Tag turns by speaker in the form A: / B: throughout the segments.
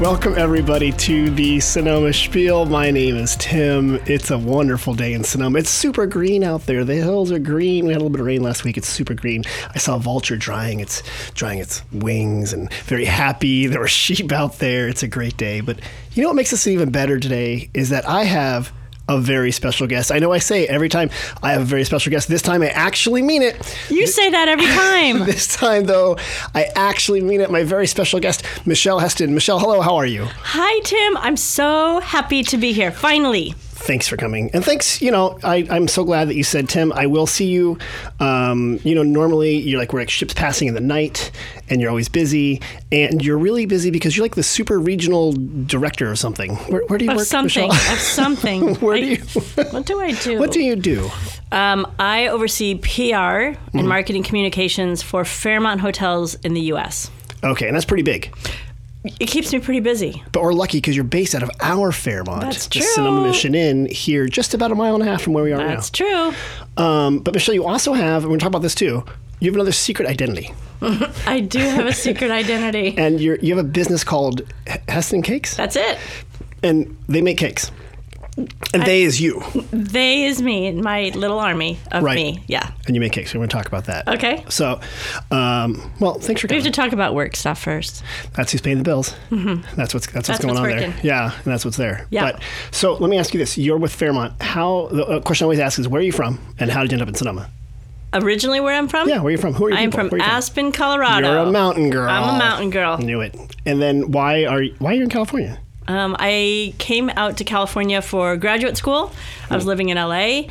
A: Welcome, everybody, to the Sonoma Spiel. My name is Tim. It's a wonderful day in Sonoma. It's super green out there. The hills are green. We had a little bit of rain last week. It's super green. I saw a vulture drying its drying its wings and very happy. There were sheep out there. It's a great day. But you know what makes this even better today is that I have a very special guest. I know I say it every time I have a very special guest. This time I actually mean it.
B: You say that every time.
A: This time, though, I actually mean it. My very special guest, Michelle Heston. Michelle, hello, how are you?
B: Hi, Tim. I'm so happy to be here. Finally.
A: Thanks for coming. And thanks, you know, I, I'm so glad that you said, Tim, I will see you. Um, you know, normally you're like, we're like ships passing in the night and you're always busy. And you're really busy because you're like the super regional director or something. Where, where do you
B: Of
A: work,
B: something.
A: Michelle?
B: Of something.
A: Where
B: I-
A: do you-
B: What do I do?
A: what do you do?
B: um, I oversee PR
A: Mm-hmm.
B: and marketing communications for Fairmont hotels in the U.S.
A: Okay, and that's pretty big.
B: It keeps me pretty busy.
A: But we're lucky because you're based out of our Fairmont,
B: That's
A: the Sonoma
B: true.
A: Mission Inn, here, just about a mile and a half from where we are now.
B: That's true.
A: Um, but Michelle, you also have, and we're going to talk about this too. You have another secret identity,
B: I do have a secret identity.
A: and you're, you have a business called H- Heston Cakes,
B: That's it.
A: and they make cakes. And they is you,
B: They is me, my little army of
A: Right.
B: me. Yeah.
A: and you make cakes. We're going to talk about that.
B: Okay.
A: So, um, well, thanks for
B: We have
A: coming.
B: to talk about work stuff first.
A: that's who's paying the bills. Mm-hmm. That's what's that's what's
B: That's
A: going
B: what's
A: on
B: working.
A: there. Yeah, and that's what's there.
B: Yeah.
A: But so let me ask you this: You're with Fairmont. How the uh, question I always ask is, where are you from, and how did you end up in Sonoma?
B: Originally, where I'm from?
A: Yeah, where are you from? Who are you?
B: I am from Aspen, Colorado.
A: You're a mountain girl.
B: I'm a mountain girl.
A: Knew it. And then why are you, why are you in California?
B: Um, I came out to California for graduate school. I
A: Hmm.
B: was living in LA.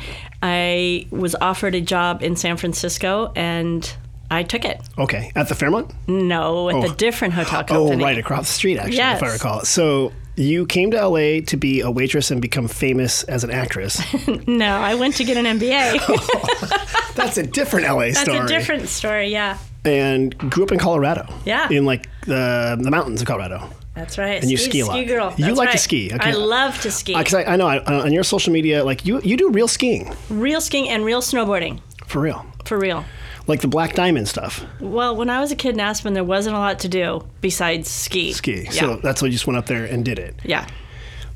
B: I was offered a job in San Francisco and I took it.
A: Okay, at the Fairmont.
B: No, at
A: Oh.
B: the different hotel
A: Oh,
B: company.
A: right across the street, actually, if I
B: Yes.
A: recall. So you came to LA to be a waitress and become famous as an actress.
B: No, I went to get an
A: Oh,
B: MBA.
A: That's a different LA
B: That's
A: story.
B: a different story. Yeah,
A: And grew up in Colorado.
B: Yeah.
A: In like the the mountains of Colorado.
B: that's right.
A: And you
B: ski,
A: ski a lot.
B: ski girl.
A: You
B: That's
A: like to
B: right.
A: ski. Okay.
B: I love to ski.
A: Because Uh, I, I know I, on your social media, like you you do real skiing
B: real skiing and real snowboarding.
A: for real,
B: For real.
A: like the Black Diamond stuff.
B: Well, when I was a kid in Aspen, there wasn't a lot to do besides ski.
A: Ski.
B: Yeah.
A: So that's why you just went up there and did it.
B: yeah.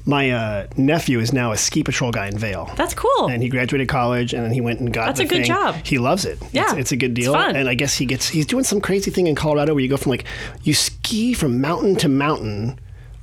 A: My uh, nephew is now a ski patrol guy in Vale.
B: That's cool.
A: and he graduated college and then he went and got
B: That's
A: the
B: a good
A: thing.
B: job.
A: he loves it it's,
B: Yeah.
A: it's a good
B: It's
A: deal
B: fun.
A: and i guess he gets he's doing some crazy thing in colorado where you go from like you ski from mountain to mountain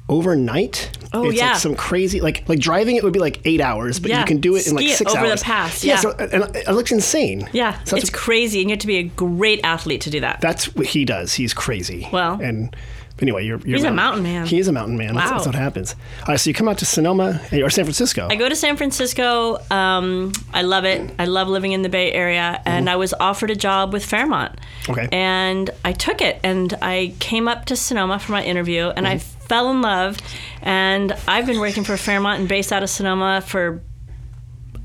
A: overnight
B: Oh,
A: it's
B: yeah.
A: like some crazy like like driving it would be like eight hours but you
B: Yeah.
A: can do it in like
B: Ski it
A: six
B: over the
A: hours
B: pass,
A: yeah,
B: yeah.
A: so, and it looks insane
B: Yeah,
A: so that's,
B: it's crazy, and you have to be a great athlete to do that.
A: that's what he does he's crazy
B: Well.
A: and anyway you're, you're
B: He's a mountain man.
A: he is a mountain man that's,
B: Wow.
A: that's what happens all right so you come out to sonoma eh, or san francisco
B: I go to San Francisco. Um, I love it. I love living in the Bay Area, and I was offered a job with Fairmont.
A: Mm-hmm. Okay.
B: And I took it, and I came up to Sonoma for my interview, and I
A: Mm-hmm.
B: fell in love. And I've been working for Fairmont and based out of Sonoma for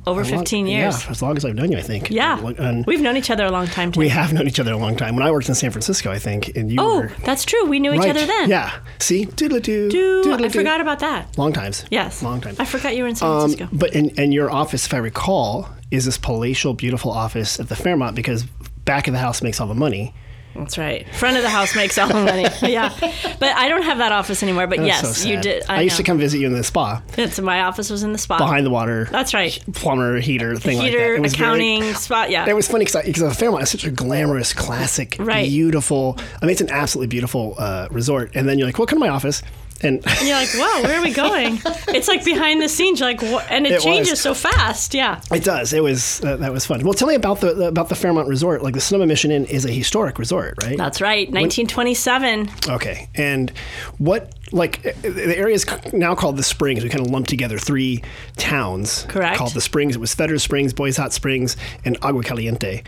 B: over
A: Long-
B: 15 years.
A: yeah as long as i've known you i think
B: Yeah.
A: And- and-
B: We've known each other a long time, too.
A: We have known each other a long time. When I worked in San Francisco, I think, and you
B: oh,
A: were
B: that's true. We knew each
A: right.
B: other then.
A: Yeah. See, doodle doo.
B: Ooh, I forgot about that.
A: Long times.
B: Yes.
A: Long times.
B: I forgot you were in San
A: Um,
B: Francisco.
A: but in, and your office, if I recall, is this palatial, beautiful office at the Fairmont because back of the house makes all the money.
B: That's right. Front of the house makes all the money. yeah, but I don't have that office anymore. But
A: That's
B: yes,
A: so sad.
B: you did. I,
A: I, used
B: know.
A: to come visit you in the spa
B: It's, my office was in the spot.
A: behind the water.
B: That's right.
A: Plumber, heater, thing like that.
B: Heater,
A: It was very-
B: accounting, spot. Yeah.
A: It was funny because the Fairmont is such a glamorous, classic,
B: Right.
A: beautiful. I mean, it's an absolutely beautiful uh, resort. And then you're like, "Well, come to my office," and
B: And you're like, wow, where are we going? it's like behind the scenes. You're like, wha- and it,
A: It was.
B: changes so fast. Yeah.
A: It does. It was uh, that was fun. Well, tell me about the about the Fairmont Resort. Like the Sonoma Mission Inn is a historic resort, right?
B: That's right. 1927.
A: okay. And what like uh, the area is c- now called the Springs. We kind of lumped together three towns.
B: Correct.
A: Called the Springs. It was Federer Springs, Boys Hot Springs, and Agua Caliente.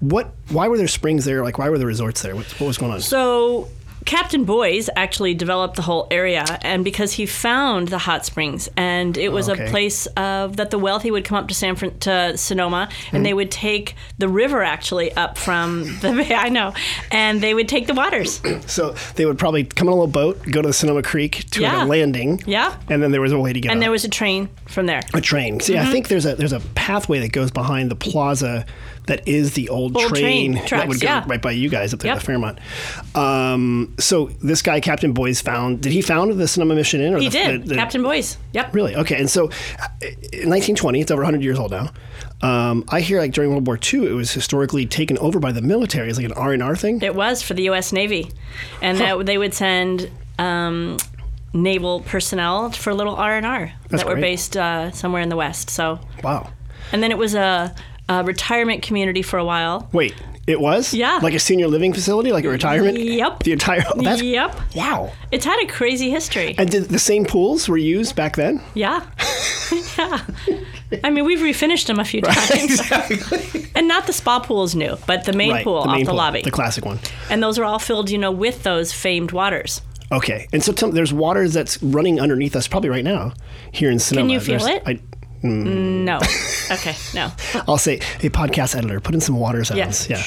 A: What? Why were there springs there? Like why were there resorts there? What, what was going on?
B: So Captain Boys actually developed the whole area, and because he found the hot springs, and it was
A: Okay.
B: a place of that the wealthy would come up to San Fran- to Sonoma, and
A: Hmm.
B: they would take the river actually up from the I know, and they would take the waters.
A: So they would probably come on a little boat, go to the Sonoma Creek to
B: Yeah.
A: a landing.
B: Yeah.
A: And then there was a way to get.
B: And
A: up.
B: there was a train from there.
A: a train. See,
B: Mm-hmm.
A: I think there's a there's a pathway that goes behind the plaza that is the old,
B: Old train
A: that
B: tracks,
A: would go
B: yeah.
A: right by you guys up there at
B: Yep.
A: Fairmont. Um, Um, so this guy, Captain Boys, found. Did he found the Sonoma Mission Inn? Or
B: He
A: the,
B: did.
A: the- the-
B: Captain Boys. Yep.
A: Really? Okay. And so, uh, in 1920, it's over 100 years old now. Um, I hear like during World War II, it was historically taken over by the military. It's like an R and R thing.
B: It was for the U.S. Navy, and that they would send um, naval personnel for little R and R that were
A: great.
B: based uh, somewhere in the West. So,
A: Wow.
B: and then it was a, a retirement community for a while.
A: Wait, it was?
B: Yeah.
A: Like a senior living facility, like a retirement.
B: Yep.
A: The entire. oh, that's,
B: Yep,
A: Wow.
B: it's had a crazy history.
A: And did the same pools were used back then?
B: Yeah, yeah. I mean, we've refinished them a few times,
A: exactly.
B: and not the spa pool is new, but the main
A: Right,
B: pool off
A: main
B: the
A: pool,
B: lobby,
A: the classic one.
B: and those are all filled, you know, with those famed waters.
A: Okay, and so tell me, there's water that's running underneath us probably right now here in Sonoma.
B: you feel
A: There's-
B: it? No, okay, no.
A: I, I'll say, hey, podcast editor, put in some water sounds.
B: Yeah.
A: Yeah.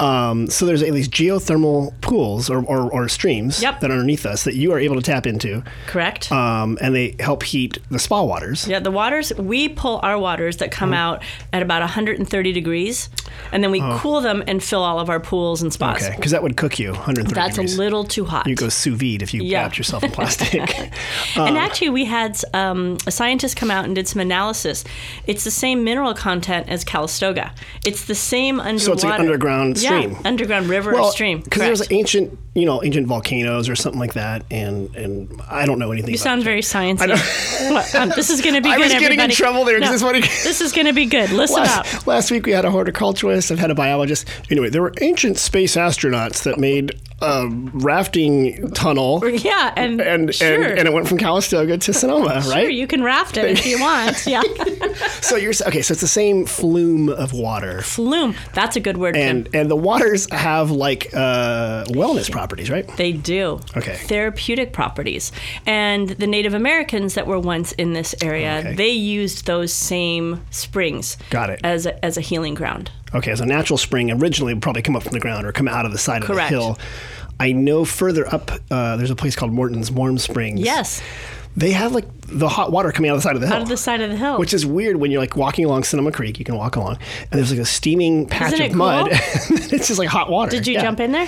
A: Um, so there's at least geothermal pools or, or, or streams
B: Yep.
A: that are underneath us that you are able to tap into,
B: Correct.
A: um, and they help heat the spa waters.
B: Yeah, the waters, we pull our waters that
A: Mm-hmm.
B: come out at about 130 degrees, and then we cool them and fill all of our pools and spas.
A: Oh. Okay, because that would cook you 130
B: That's
A: degrees.
B: a little too hot.
A: you go sous vide if you
B: Yeah.
A: wrapped yourself in plastic. Uh,
B: and actually, we had um, a scientist come out and did some analysis. It's the same mineral content as Calistoga. It's the same underwater.
A: it's an underground stream.
B: Yeah, underground river or stream.
A: because there's
B: Correct.
A: ancient, you know, ancient volcanoes or something like that, and and I don't know anything.
B: you
A: about
B: sound very sciencey. What, um, this is going to be
A: I
B: good.
A: was getting in
B: everybody.
A: trouble there 'cause
B: No,
A: it's what it-
B: this is going to be good. Listen up.
A: Last, last week we had a horticulturist. I've had a biologist. Anyway, there were ancient space astronauts that made a rafting tunnel,
B: Yeah, and
A: and
B: sure,
A: and, and it went from Calistoga to Sonoma,
B: sure,
A: right?
B: you can raft it if you want. Yeah.
A: so you're s- okay. So it's the same flume of water,
B: Flume. That's a good word. Kim.
A: and and the waters have like uh, wellness properties, right?
B: they do.
A: Okay.
B: Therapeutic properties. And the Native Americans that were once in this area,
A: Okay.
B: they used those same springs.
A: Got it.
B: As a, as a healing ground.
A: Okay, as a natural spring, originally would probably come up from the ground or come out of the side
B: Correct.
A: of the hill. I know further up, uh, there's a place called Morton's Warm Springs.
B: Yes.
A: They have like the hot water coming out of the side of the hill.
B: Out of the side of the hill.
A: which is weird when you're like walking along Cinema Creek, you can walk along, and there's like a steaming patch
B: Isn't
A: of
B: it
A: mud.
B: cool?
A: it's just like hot water.
B: Did you jump in there?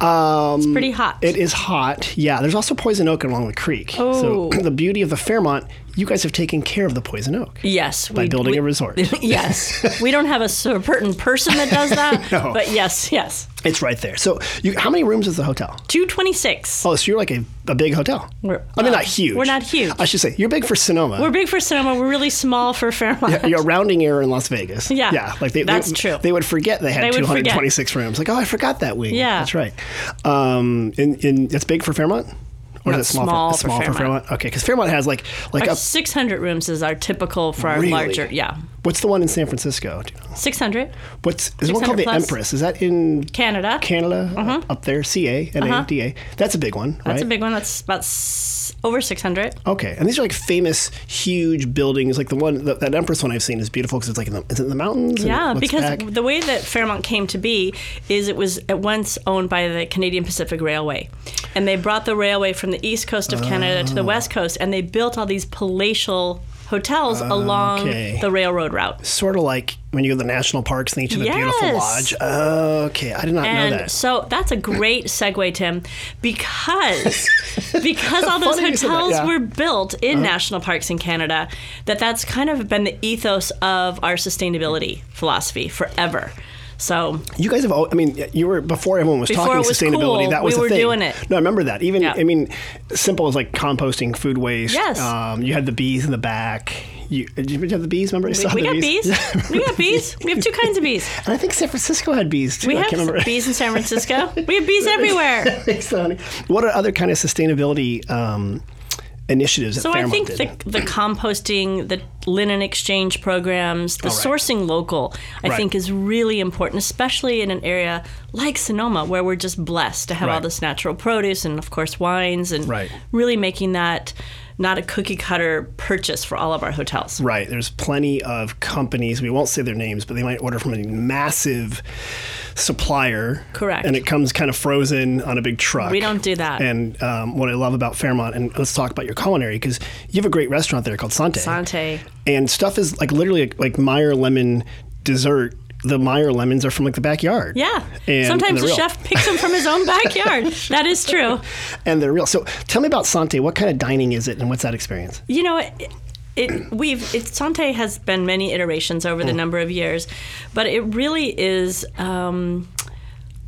A: Um,
B: It's pretty hot.
A: it is hot. Yeah, there's also poison oak along the creek.
B: Oh.
A: So the beauty of the Fairmont, you guys have taken care of the poison oak
B: yes.
A: by building a resort.
B: yes. we don't have a certain person that does that.
A: No.
B: But yes, yes.
A: it's right there. So you, how many rooms is the hotel?
B: 226.
A: Oh, so you're like a, a big hotel.
B: We're-
A: I mean,
B: uh,
A: not huge.
B: we're not huge.
A: I should say you're big for Sonoma.
B: We're big for Sonoma. We're really small for Fairmont.
A: you're a rounding error in Las Vegas.
B: Yeah.
A: yeah. Like they,
B: That's
A: they,
B: true.
A: They would forget they had
B: They would forget.
A: 226 rooms. Like, oh, I forgot that wing.
B: Yeah.
A: that's right. Um, and, and it's big for Fairmont, or
B: No,
A: is it small?
B: small
A: for,
B: for
A: small for
B: Fairmont.
A: Fairmont. Okay, because Fairmont has like like a,
B: 600 rooms is our typical for our
A: Really?
B: larger, yeah.
A: what's the one in San Francisco? Do you know?
B: 600.
A: What's there's one
B: 600
A: called the
B: plus.
A: Empress? Is that in
B: Canada.
A: Canada up there? C A N A D A. That's a big one, right?
B: Uh-huh. That's a big one. That's about s- over 600.
A: Okay, and these are like famous, huge buildings. Like the one that, that Empress one I've seen is beautiful because it's like in the, is it in the mountains. and it
B: Yeah,
A: looks
B: because
A: back?
B: the way that Fairmont came to be is it was at once owned by the Canadian Pacific Railway. And they brought the railway from the east coast of Canada to the
A: Oh.
B: west coast and they built all these palatial hotels along
A: Okay.
B: the railroad route.
A: sort of like when you go to the national parks and each have a beautiful
B: Yes.
A: lodge. Okay, I did not know
B: And
A: that.
B: so that's a great segue, Tim, because because all those
A: Funny you said that,
B: hotels
A: yeah. Uh-huh.
B: were built in national parks in Canada, that that's kind of been the ethos of our sustainability philosophy forever. So
A: You guys have, al- I mean, you were before everyone was
B: Before
A: talking
B: it was
A: sustainability.
B: cool,
A: that was
B: we
A: the
B: were
A: thing.
B: doing it.
A: No, I remember that. Even
B: Yeah.
A: I mean, simple as like composting food waste.
B: Yes.
A: Um, you had the bees in the back. You did you have the bees? Remember? You still had
B: we
A: the
B: got bees. we got bees. We have two kinds of bees.
A: And I think San Francisco had bees too.
B: We
A: I
B: have
A: can't remember.
B: bees in San Francisco. We have bees everywhere.
A: Thanks, Tony. What are other kind of sustainability um, initiatives that
B: So I
A: Fairmont
B: think
A: did?
B: the, the composting, the linen exchange programs, the
A: All right.
B: sourcing local, I
A: Right.
B: think is really important, especially in an area like Sonoma where we're just blessed to have all
A: Right.
B: this natural produce and, of course, wines and
A: Right.
B: really making that not a cookie cutter purchase for all of our hotels.
A: Right. There's plenty of companies. We won't say their names, but they might order from a massive supplier.
B: Correct.
A: And it comes kind of frozen on a big truck.
B: We don't do that.
A: And um, what I love about Fairmont, and let's talk about your culinary because you have a great restaurant there called Sante.
B: Sante.
A: And stuff is like literally like, like Meyer lemon dessert the Meyer lemons are from like the backyard.
B: Yeah.
A: And
B: Sometimes
A: they're
B: the
A: real.
B: chef picks them from his own backyard. that is true.
A: And they're real. So tell me about Sante. What kind of dining is it and what's that experience?
B: You know, it, it we've it Sante has been many iterations over
A: Mm.
B: the number of years, but it really is. Um,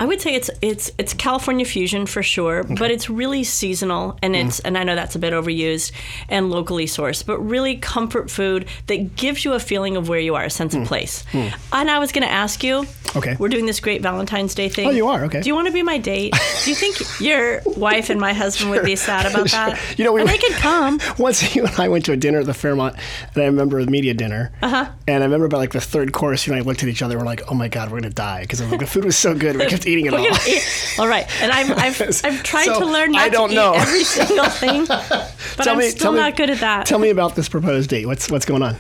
B: I would say it's it's it's California fusion for sure, but it's really seasonal and
A: Mm.
B: it's and I know that's a bit overused and locally sourced, but really comfort food that gives you a feeling of where you are, a sense of place. And I was going to ask you,
A: Mm. Okay.
B: we're doing this great Valentine's Day thing.
A: Oh, you are? Okay.
B: Do you want to be my date? Do you think your wife and my husband would be sad about
A: Sure.
B: that?
A: You know, we
B: and
A: were-
B: they could come.
A: Once you and I went to a dinner at the Fairmont, and I remember a media dinner. Uh-huh. And I remember by like the third course, you and I looked at each other. We're like, "Oh my god, we're gonna die!" Because like, the food was so good, we kept eating it
B: We're
A: all.
B: gonna eat- all right, and I'm, I've I've tried
A: So,
B: to learn not
A: I don't
B: to
A: know.
B: eat every single thing, but I'm still not good at that.
A: Tell me about this proposed date. What's what's going on?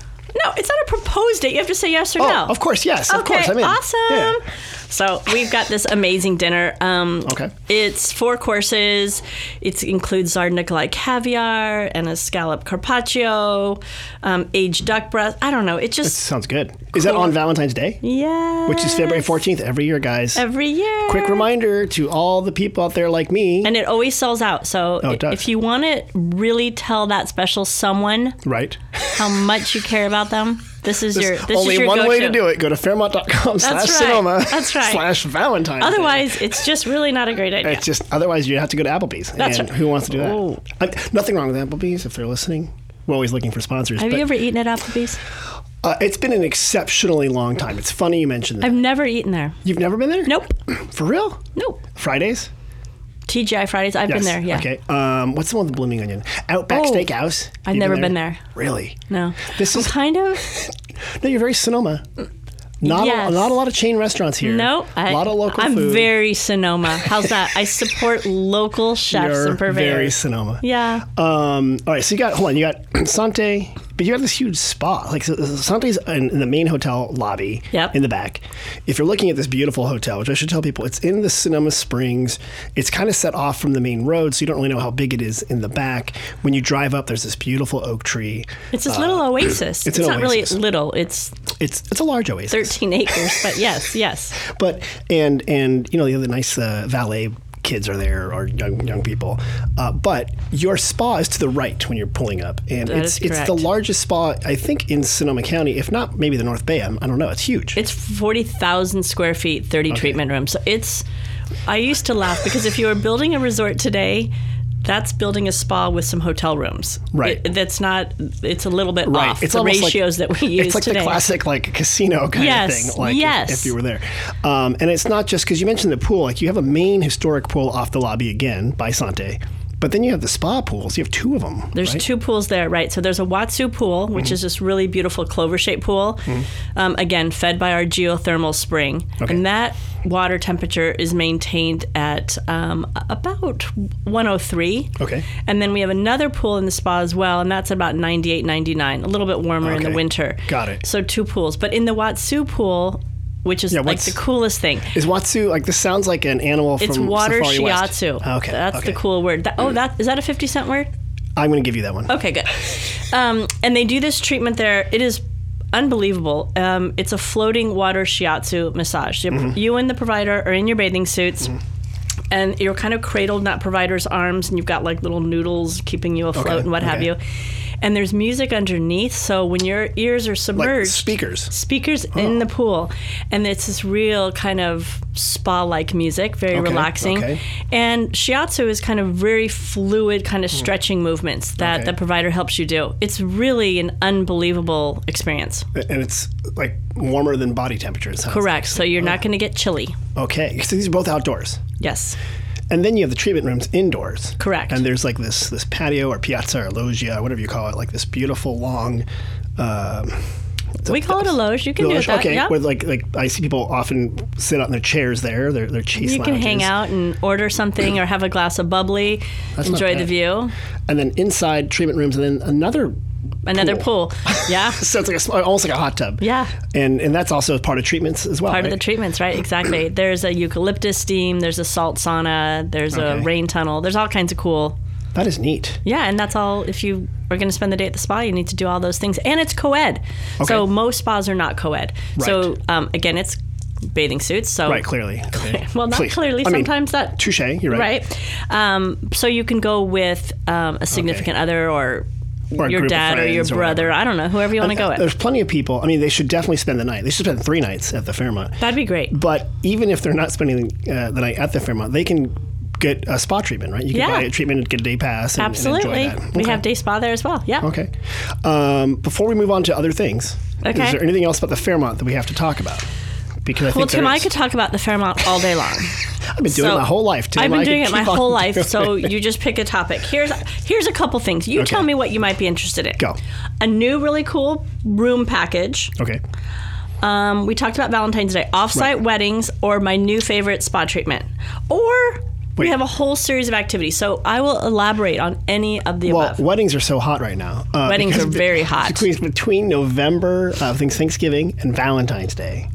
B: no, it's not a proposed date. You have to say yes or
A: Oh,
B: no.
A: of course, yes, of
B: okay,
A: course, I'm in.
B: Awesome.
A: Yeah.
B: So we've got this amazing dinner. Um,
A: Okay.
B: It's four courses. It includes Tsar Nikolai caviar and a scallop carpaccio, um, aged duck breast. I don't know. It just
A: Sounds good. Is that on Valentine's Day?
B: yeah.
A: Which is February 14th every year, guys.
B: every year.
A: Quick reminder to all the people out there like me.
B: and it always sells out. So
A: Oh, it does.
B: if you want to really tell that special someone
A: right.
B: how much you care about them, this is your this
A: Only
B: is your
A: one
B: go-to.
A: way to do it. Go to fairmont.com slash
B: right.
A: cinema
B: That's right.
A: slash Valentine's Day.
B: Otherwise, it's just really not a great idea.
A: It's just otherwise you have to go to Applebee's.
B: That's
A: and
B: right.
A: Who wants to do that?
B: Oh.
A: I- nothing wrong with Applebee's if they're listening. We're always looking for sponsors.
B: Have
A: but,
B: you ever eaten at Applebee's?
A: uh, it's been an exceptionally long time. It's funny you mentioned that.
B: I've never eaten there.
A: You've never been there?
B: Nope.
A: For real?
B: Nope.
A: Fridays?
B: TGI Fridays. I've been
A: Yes.
B: there. Yeah.
A: Okay. Um, what's the one with the blooming onion? Outback
B: Oh.
A: Steakhouse.
B: I've
A: You
B: never been there.
A: Really?
B: No.
A: This
B: I'm
A: is-
B: kind of.
A: No, you're very Sonoma. Not
B: Yes.
A: a, not a lot of chain restaurants here.
B: No.
A: a lot of local
B: I'm
A: food.
B: very Sonoma. How's that? I support local chefs
A: You're
B: and purveyors.
A: very Sonoma.
B: yeah.
A: Um, all right, so you got hold on, you got Sante, but you got this huge spa. Like so, so Sante's in, in the main hotel lobby
B: Yep.
A: in the back. If you're looking at this beautiful hotel, which I should tell people, it's in the Sonoma Springs. It's kind of set off from the main road, so you don't really know how big it is in the back. When you drive up, there's this beautiful oak tree.
B: It's this little oasis.
A: Uh, it's
B: It's,
A: an
B: not
A: oasis.
B: really little. It's
A: It's it's a large oasis.
B: 13 acres, but yes, yes.
A: but and and you know the other nice uh, valet kids are there or young young people uh, but your spa is to the right when you're pulling up and it's
B: is
A: it's the
B: correct.
A: largest spa i think in sonoma county if not maybe the north bay I'm, i don't know it's huge
B: It's 40,000 square feet, 30 treatment rooms. So it's, I used to laugh because if you were building a resort today, that's building a spa with some hotel rooms.
A: Right.
B: It- that's not, it's a little bit off.
A: It's
B: the
A: almost like-
B: ratios that we use
A: It's like
B: today.
A: the classic like casino kind
B: Yes,
A: of thing. Like if-
B: yes.
A: if, you were there, um, and it's not just because you mentioned the pool. Like you have a main historic pool off the lobby again by Sante, but then you have the spa pools. You have two of them.
B: There's
A: right? Mm-hmm.
B: two pools there, right? So there's a Watsu pool, which is this really beautiful clover shaped pool, um, again, fed by our geothermal spring.
A: Okay.
B: And that water temperature is maintained at um, about 103.
A: Okay.
B: And then we have another pool in the spa as well, and that's about 98, 99, a little bit warmer in the
A: Okay.
B: winter.
A: Got it.
B: So two pools. But in the Watsu pool, which is like
A: what's-
B: the coolest thing.
A: Is Watsu like this? Sounds like an animal
B: It's
A: from
B: water
A: Safari West. Ah,
B: shiatsu.
A: Okay,
B: That's
A: okay.
B: the cool word. That, oh, that is that a 50 cent word?
A: I'm going to give you that one.
B: Okay, good. Um, and they do this treatment there. It is unbelievable. Um, it's a floating water shiatsu massage. You,
A: Mm-hmm.
B: you and the provider are in your bathing suits. And you're kind of cradled in that provider's arms, and you've got like little noodles keeping you afloat
A: Okay,
B: and what have
A: okay.
B: you. And there's music underneath, so when your ears are submerged,
A: speakers. Oh.
B: speakers in the pool, and it's this real kind of spa-like music, very
A: Okay,
B: relaxing.
A: okay.
B: And shiatsu is kind of very fluid, kind of stretching movements that
A: Hmm. Okay.
B: the provider helps you do. It's really an unbelievable experience.
A: And it's like warmer than body temperature. it sounds.
B: Correct. So you're
A: Oh.
B: not going to get chilly.
A: Okay. So these are both outdoors.
B: Yes.
A: And then you have the treatment rooms indoors.
B: Correct.
A: And there's like this this patio or piazza or loggia, whatever you call it, like this beautiful long. Um,
B: We call it a loge. You can
A: loge-
B: do it that.
A: okay,
B: yeah.
A: where like like I see people often sit out in their chairs there. They're they're chase
B: You can hang
A: lounges.
B: out and order something or have a glass of bubbly,
A: not
B: enjoy the
A: bad.
B: view.
A: and then inside treatment rooms, and then another.
B: Another pool. Yeah.
A: So it's like a, sm- almost like a hot tub.
B: Yeah.
A: And and that's also part of treatments as well.
B: part of the
A: right?
B: treatments, right? Exactly. there's a eucalyptus steam. There's a salt sauna. There's
A: Okay.
B: a rain tunnel. There's all kinds of cool
A: That is neat.
B: Yeah, and that's all. If you are going to spend the day at the spa, you need to do all those things, and it's co-ed. So
A: Okay.
B: most spas are not co-ed. So um, again, it's bathing suits. So
A: Right, clearly. Okay.
B: well, not
A: Please.
B: clearly.
A: I mean,
B: sometimes that
A: Touche, you're right.
B: right. Um, so you can go with um, a significant other or.
A: Or a
B: your
A: group of
B: dad or your
A: friends or whatever. Uh,
B: brother, I don't know, whoever you want to go with.
A: There's plenty of people. I mean, they should definitely spend the night. They should spend three nights at the Fairmont.
B: That'd be great.
A: But even if they're not spending uh, the night at the Fairmont, they can get a spa treatment, right? You can
B: Yeah.
A: buy a treatment and get a day pass. And, and enjoy
B: Absolutely.
A: that.
B: We
A: Okay.
B: have day spa there as well. Yeah.
A: Okay. Um, before we move on to other things,
B: Okay.
A: is there anything else about the Fairmont that we have to talk about? Because I think
B: Well, Tim,
A: there
B: I
A: is.
B: could talk about the Fairmont all day long.
A: I've been doing it
B: So,
A: my whole life. Tim.
B: I've
A: I
B: been
A: could
B: doing it my
A: keep on
B: whole life.
A: doing
B: So
A: it.
B: you just pick a topic. Here's here's a couple things. You tell
A: Okay.
B: me what you might be interested in.
A: Go.
B: A new really cool room package.
A: okay,
B: Um, we talked about Valentine's Day, offsite
A: Right.
B: weddings, or my new favorite spa treatment, or
A: Wait.
B: we have a whole series of activities. So I will elaborate on any of the
A: well,
B: above.
A: weddings are so hot right now. Uh,
B: Weddings
A: because
B: are very
A: be-
B: hot.
A: Between, between November, uh, I think Thanksgiving and Valentine's Day,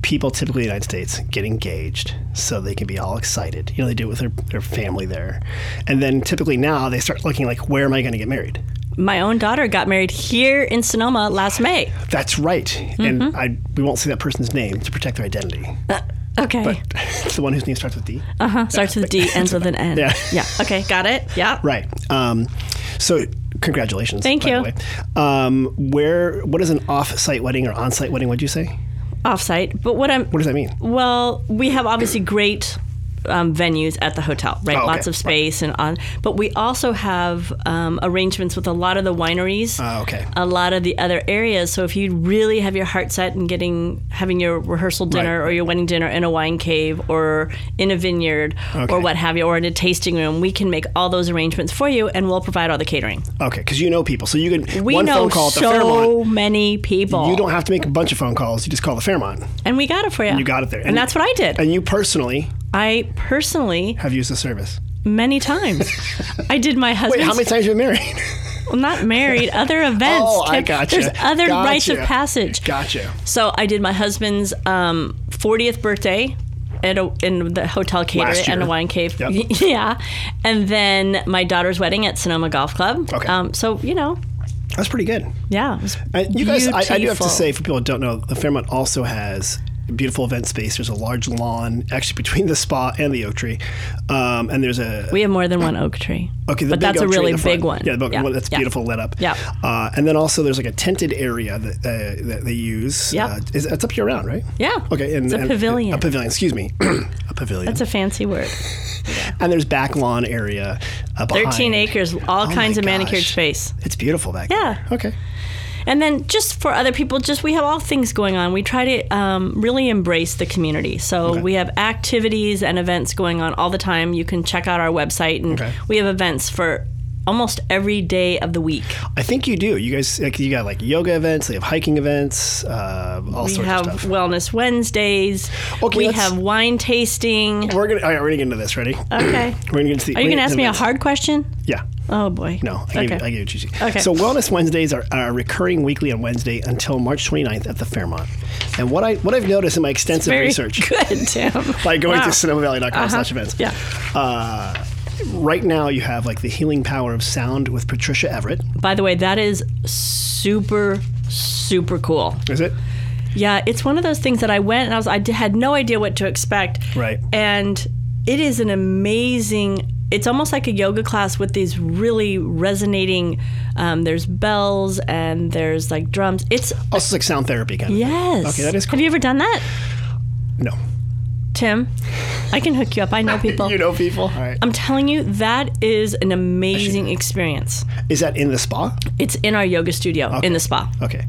A: people typically in the United States get engaged so they can be all excited. You know, they do it with their, their family there, and then typically now they start looking like, where am I going to get married?
B: My own daughter got married here in Sonoma last May.
A: That's right,
B: Mm-hmm.
A: and I we won't say that person's name to protect their identity.
B: Okay.
A: it's the one whose name starts with D.
B: Uh-huh. Starts with D, ends with an N.
A: Yeah.
B: Okay. Got it. Yeah.
A: Right. Um, so, congratulations.
B: Thank
A: by
B: you.
A: The way. Um, where? What is an off-site wedding or on-site wedding? What'd you say?
B: Offsite. But what I'm
A: What does that mean?
B: well, we have obviously great um, venues at the hotel, right?
A: Oh, okay.
B: Lots of space and on. But we also have um, arrangements with a lot of the wineries.
A: Uh, okay.
B: a lot of the other areas. So if you really have your heart set in getting having your rehearsal dinner
A: Right.
B: or your wedding dinner in a wine cave or in a vineyard
A: Okay.
B: or what have you, or in a tasting room, we can make all those arrangements for you, and we'll provide all the catering.
A: Okay. Because you know people, so you can
B: We
A: one
B: know
A: phone call at the
B: so
A: Fairmont.
B: many people,
A: You don't have to make a bunch of phone calls. You just call the Fairmont,
B: and we got it for you.
A: you got it there.
B: and,
A: And-
B: that's what I did.
A: and you personally
B: I personally
A: have used the service.
B: many times. I did my
A: Wait,
B: husband's
A: how many times have you been married?
B: well, not married, other events.
A: oh, I
B: Tim.
A: gotcha.
B: There's other
A: Gotcha.
B: rites of passage.
A: Gotcha.
B: So I did my husband's um, 40th birthday at a, in the hotel caterer
A: Last year.
B: and a wine cave.
A: Yep.
B: yeah. And then my daughter's wedding at Sonoma Golf Club.
A: Okay.
B: Um, so, you know,
A: That's pretty good.
B: yeah. it was
A: I, you guys, I, I do have to
B: beautiful.
A: say, for people who don't know, the Fairmont also has a beautiful event space. There's a large lawn, actually between the spa and the oak tree, um, and there's a
B: we have more than one oak tree.
A: Okay, the big
B: but that's
A: oak
B: a
A: tree in
B: really
A: the front.
B: big one.
A: Yeah, the big one that's
B: Yeah.
A: beautiful lit up.
B: Yeah.
A: uh, and then also there's like a tented area that uh, that they use.
B: Yep.
A: uh, is, it's up year round, right?
B: Yeah.
A: Okay, and
B: it's a
A: and-
B: pavilion.
A: A pavilion, excuse me, a pavilion.
B: it's a fancy word.
A: and there's back lawn area. Uh,
B: 13
A: behind.
B: acres, all
A: Oh my
B: kinds of manicured
A: gosh.
B: space.
A: It's beautiful back
B: Yeah.
A: there. Okay.
B: And then just for other people, just we have all things going on. We try to um, really embrace the community. So we have activities and events going on all the time. You can check out our website, and
A: Okay.
B: we have events for almost every day of the week.
A: I think you do. You guys, like, you got like yoga events. They have hiking events. Uh, all
B: We
A: sorts
B: have
A: of stuff.
B: Wellness Wednesdays.
A: Okay,
B: we
A: let's-
B: have wine tasting.
A: We're gonna. All right, we're gonna get into this. Ready?
B: Okay.
A: We're gonna get into the.
B: Are you
A: we're
B: going to
A: gonna
B: ask
A: get
B: me a
A: into
B: hard question?
A: this. Yeah.
B: Oh, boy.
A: No, I gave,
B: okay.
A: you, I gave you cheesy.
B: Okay.
A: So Wellness Wednesdays are, are recurring weekly on Wednesday until March 29th at the Fairmont. And what I what I've noticed in my extensive
B: Very
A: reseach
B: good, Tim.
A: by going
B: Wow. Uh-huh.
A: to cinemavalley.com slash events,
B: Yeah.
A: uh, right now you have like the healing power of sound with Patricia Everett.
B: By the way, that is super, super cool.
A: Is it?
B: Yeah, it's one of those things that I went and I was I d- had no idea what to expect.
A: Right.
B: And it is an amazing. It's almost like a yoga class with these really resonating. Um, there's bells and there's like drums. It's
A: Also, it's like sound therapy kind of.
B: yes.
A: Okay, that is
B: Have you ever done that,
A: No.
B: Tim? I can hook you up. I know people.
A: You know people. All right.
B: I'm telling you, that is an amazing experience.
A: Is that in the spa?
B: It's in our yoga studio in the spa.
A: Okay.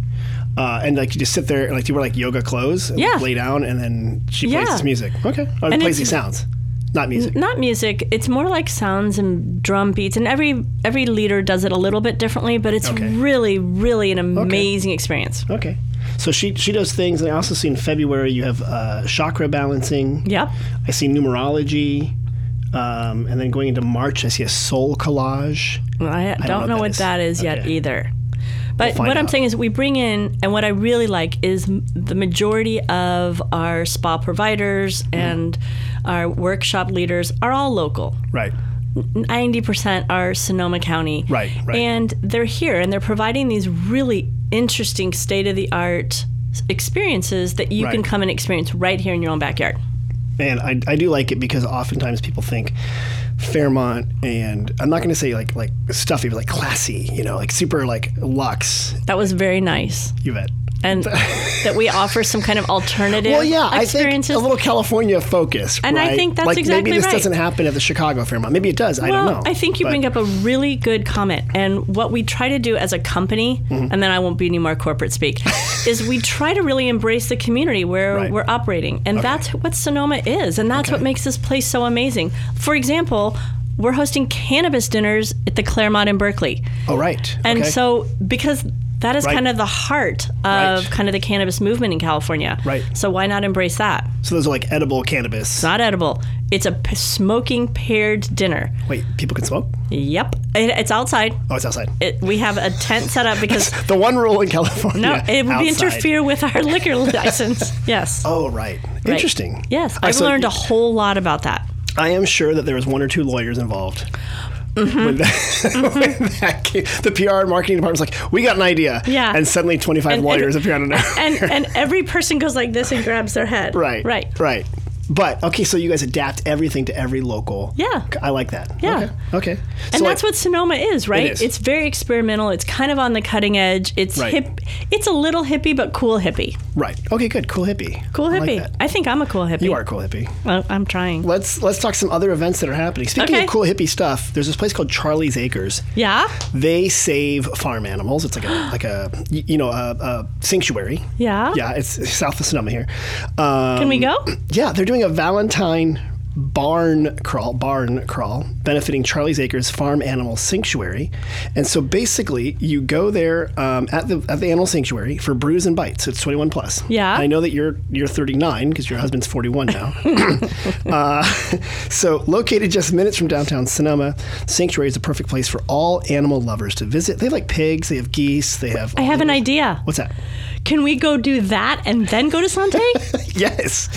A: Uh, and like you just sit there, like you wear like yoga clothes, and
B: Yeah.
A: lay down, and then she plays
B: Yeah.
A: this music. Okay. Or plays
B: And it's-
A: these sounds, not music.
B: not music it's more like sounds and drum beats and every every leader does it a little bit differently but it's
A: Okay.
B: really really an amazing experience
A: Okay. So she she does things, and I also see in February you have uh, chakra balancing.
B: yep
A: I see numerology, um, and then going into March, I see a soul collage.
B: Well, i, don't, know, what that is, yet
A: Okay.
B: either but
A: find
B: what i'm
A: out.
B: saying is we bring in and what i really like is m- the majority of Mm-hmm. our spa providers and our workshop leaders are all local
A: Right.
B: 90% are Sonoma County.
A: Right, right.
B: And they're here and they're providing these really interesting state of the art experiences that you
A: Right.
B: can come and experience right here in your own backyard.
A: And I, I do like it because oftentimes people think Fairmont and I'm not going to say like like stuffy, but like classy, you know, like super like luxe.
B: That was very nice.
A: You bet.
B: And that we offer some kind of alternative
A: Well, yeah, I think
B: experiences.
A: a little California focus,
B: And I
A: right?
B: think that's
A: like
B: exactly
A: maybe this
B: right.
A: doesn't happen at the Chicago Fairmont. Maybe it does. I don't
B: well,
A: know.
B: I think you
A: But-
B: bring up a really good comment. And what we try to do as a company,
A: Mm-hmm.
B: and then I won't be any more corporate speak, is we try to really embrace the community where
A: Right.
B: we're operating. And that's what Sonoma is. And that's what makes this place so amazing. For example, we're hosting cannabis dinners at the Claremont in Berkeley.
A: Oh, right.
B: And
A: Okay.
B: so, because that is
A: Right.
B: kind of the heart of
A: Right.
B: kind of the cannabis movement in California.
A: Right.
B: So, why not embrace that?
A: so those are like edible cannabis.
B: It's not edible, it's a p- smoking paired dinner.
A: Wait, people can smoke?
B: Yep. It, it's outside.
A: Oh, it's outside.
B: It, we have a tent set up because
A: the one rule in California.
B: no, it would
A: outside.
B: be interfere with our liquor license. Yes.
A: Oh, right. Interesting.
B: Yes.
A: I-
B: I've
A: so
B: learned a whole lot about that.
A: I am sure that there was one or two lawyers involved.
B: Mm-hmm.
A: When that, when that came- the PR and marketing department was like, "We got an idea,"
B: Yeah.
A: and suddenly twenty-five
B: And- and-
A: lawyers appear out of nowhere.
B: And and every person goes like this and grabs their head.
A: Right.
B: Right.
A: Right. But okay, so you guys adapt everything to every local.
B: Yeah.
A: I like that.
B: Yeah.
A: Okay. okay.
B: And
A: So, like,
B: that's what Sonoma is, right?
A: is.
B: It's very experimental. It's kind of on the cutting edge. It's
A: Right.
B: hip. It's a little hippie, but cool hippie.
A: Right. Okay. Good. Cool hippie.
B: Cool
A: I like
B: hippie.
A: that.
B: I think I'm a cool hippie.
A: You are a cool hippie.
B: Well, I'm trying.
A: Let's let's talk some other events that are happening. Speaking
B: Okay.
A: of cool hippie stuff, there's this place called Charlie's Acres.
B: Yeah.
A: They save farm animals. It's like a like a y- you know a, a sanctuary.
B: Yeah.
A: Yeah. It's south of Sonoma here. Um,
B: Can we go?
A: Yeah, they're doing a Valentine barn crawl, barn crawl, benefiting Charlie's Acres Farm Animal Sanctuary. And so basically, you go there um, at the at the animal sanctuary for brews and bites. It's 21 plus.
B: Yeah.
A: I know that you're you're 39 because your husband's 41 now. uh, so located just minutes from downtown Sonoma, sanctuary is the perfect place for all animal lovers to visit. They have like pigs, they have geese, they have.
B: I have an idea.
A: What's that?
B: Can we go do that and then go to Sante?
A: Yes.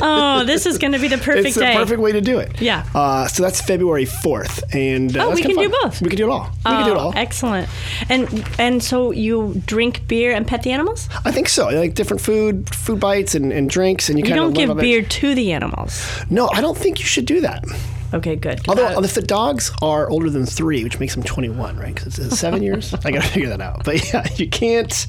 B: oh, this is going to be the perfect
A: it's
B: day.
A: the perfect way to do it.
B: Yeah.
A: Uh, so that's February fourth, and uh,
B: Oh,
A: that's
B: we
A: kinda
B: can do
A: fun.
B: both.
A: We can do it all. we can do it
B: Oh,
A: all.
B: Excellent. And and so you drink beer and pet the animals?
A: I think so. Like different food, food bites, and, and drinks, and you,
B: You
A: kind of
B: don't give beer to the animals.
A: No, I don't think you should do that.
B: Okay, good. 'Cause
A: Although
B: I-
A: if the dogs are older than three, which makes them twenty-one, right? Because it's uh, seven years. I got to figure that out. But yeah, you can't.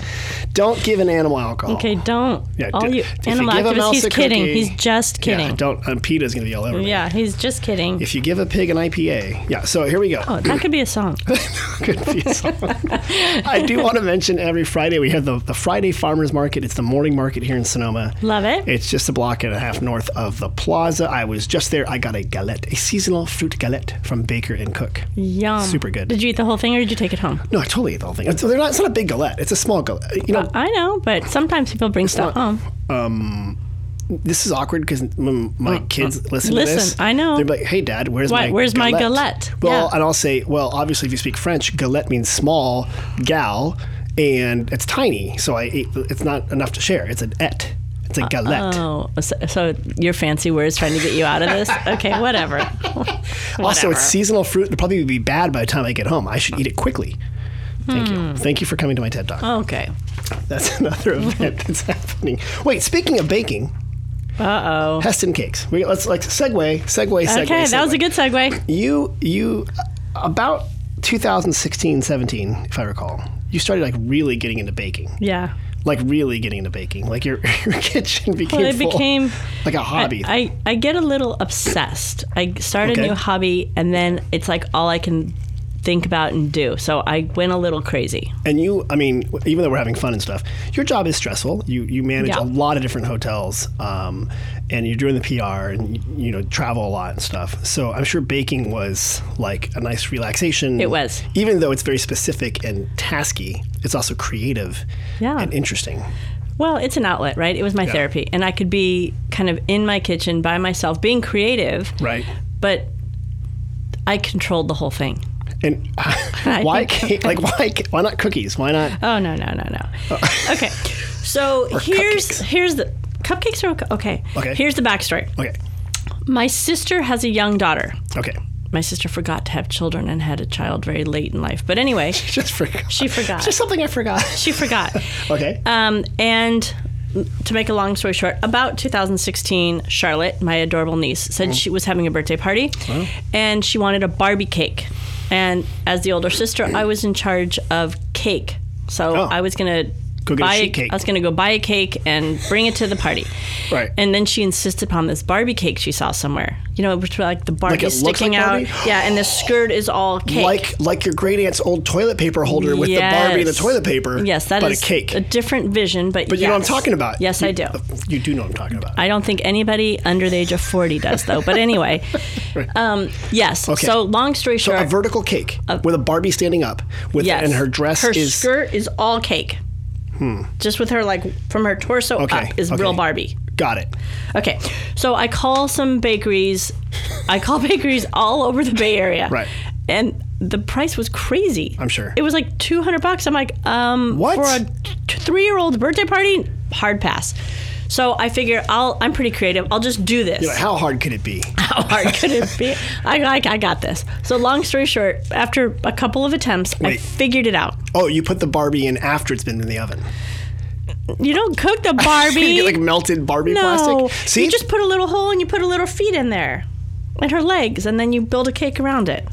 A: Don't give an animal alcohol.
B: okay, don't.
A: Yeah,
B: all
A: d-
B: you
A: if you
B: animal
A: give a
B: activists,
A: mouse
B: he's
A: a
B: kidding.
A: cookie-
B: He's just
A: Yeah,
B: kidding.
A: don't. Um, PETA's gonna be all over. me.
B: Yeah, he's just kidding.
A: If you give a pig an IPA, yeah. So here we go.
B: Oh, that could be a song.
A: Good piece. I do want to mention every Friday we have the, the Friday Farmers Market. It's the morning market here in Sonoma.
B: Love it.
A: It's just a block and a half north of the plaza. I was just there. I got a galette, a seasonal fruit galette from Baker and Cook.
B: Yum.
A: super good.
B: Did you eat the whole thing or did you take it home?
A: No, I totally ate the whole thing. It's, they're not, it's not a big galette. It's a small galette. You know,
B: I know, but sometimes people bring stuff home.
A: this is awkward because when my kids listen,
B: Oh, Listen,
A: to this,
B: I know.
A: They're like, "Hey, Dad, where's
B: Why-
A: my
B: where's my
A: galette?
B: galette?
A: Well,
B: Yeah.
A: and I'll say, "Well, obviously, if you speak French, galette means small gal, and it's tiny, so I ate, it's not enough to share. It's an et. It's a galette.
B: Oh, so, so your fancy words trying to get you out of this? Okay, whatever.
A: also,
B: Whatever.
A: it's seasonal fruit. It'll probably be bad by the time I get home. I should eat it quickly. Thank
B: Hmm.
A: you. Thank you for coming to my TED Talk.
B: Okay.
A: That's another event that's happening. Wait, speaking of baking,
B: Uh oh.
A: Heston cakes. We, let's like segue, segue, segue.
B: Okay, that was
A: segue.
B: a good segue.
A: you you about 2016 17 if i recall you started like really getting into baking
B: Yeah.
A: like really getting into baking like your, your kitchen became
B: it
A: full.
B: became-
A: like a hobby
B: I, I, I get a little obsessed. I start
A: Okay.
B: a new hobby and then it's like all I can think about and do. So I went a little crazy.
A: and you i mean even though we're having fun and stuff your job is stressful you you manage
B: Yeah.
A: a lot of different hotels um, and you're doing the pr and you, you know travel a lot and stuff so i'm sure baking was like a nice relaxation
B: It was.
A: even though it's very specific and tasky it's also creative
B: Yeah.
A: and interesting
B: Well, it's an outlet, right? It was my therapy. And I could be kind of in my kitchen by myself being creative,
A: right
B: but I controlled the whole thing.
A: And
B: I
A: why
B: think-
A: cake? Like why? ca- Why not cookies? Why not?
B: Oh no no no no. okay, so here's
A: cupcakes.
B: here's the cupcakes are okay.
A: Okay.
B: Here's the backstory.
A: Okay,
B: My sister has a young daughter.
A: okay,
B: my sister forgot to have children and had a child very late in life. But anyway,
A: Just forgot.
B: She forgot.
A: Just something I forgot.
B: she forgot.
A: okay.
B: Um, and to make a long story short, about 2016, Charlotte, my adorable niece,
A: Mm-hmm.
B: said she was having a birthday party and she wanted a Barbie cake. And as the older sister, I was in charge of cake. So
A: Oh.
B: I was going to.
A: Go get a
B: buy
A: sheet cake.
B: I was going to go buy a cake and bring it to the party.
A: Right.
B: And then she insisted upon this Barbie cake she saw somewhere. You know, which was like the Barbie
A: it looks like
B: sticking out.
A: Barbie?
B: Yeah, and the skirt is all cake.
A: Like like your great aunt's old toilet paper holder with the Barbie and the
B: Yes.
A: toilet paper.
B: Yes, that is
A: but a cake.
B: a different vision, but
A: but you know what I'm
B: yes.
A: talking about.
B: Yes,
A: You- uh,
B: I do.
A: You do know what I'm talking about.
B: I don't think anybody under the age of 40 does, though. But anyway, um, yes.
A: Okay.
B: So, long story short,
A: a vertical cake with a Barbie standing up with
B: yes.
A: and her dress
B: her
A: is Hmm.
B: skirt is all cake. Just with her, like, from her torso
A: Okay,
B: up is
A: okay.
B: real Barbie.
A: got it.
B: Okay. So, I call some bakeries. I call bakeries all over the Bay Area.
A: Right.
B: And the price was crazy.
A: I'm sure.
B: It was like 200 bucks. I'm like, um,
A: What?
B: For a t- three-year-old birthday party? Hard pass. So I figure I'll, I'm pretty creative. I'll just do this.
A: But how hard could it be?
B: how hard could it be? I, I, I got this. So, long story short, after a couple of attempts, I
A: Wait.
B: figured it out.
A: Oh, you put the Barbie in after it's been in the oven.
B: You don't cook the
A: You
B: Barbie.
A: get like melted Barbie
B: no,
A: plastic. See,
B: you just put a little hole and you put a little feet in there, and her legs, and then you build a cake around it,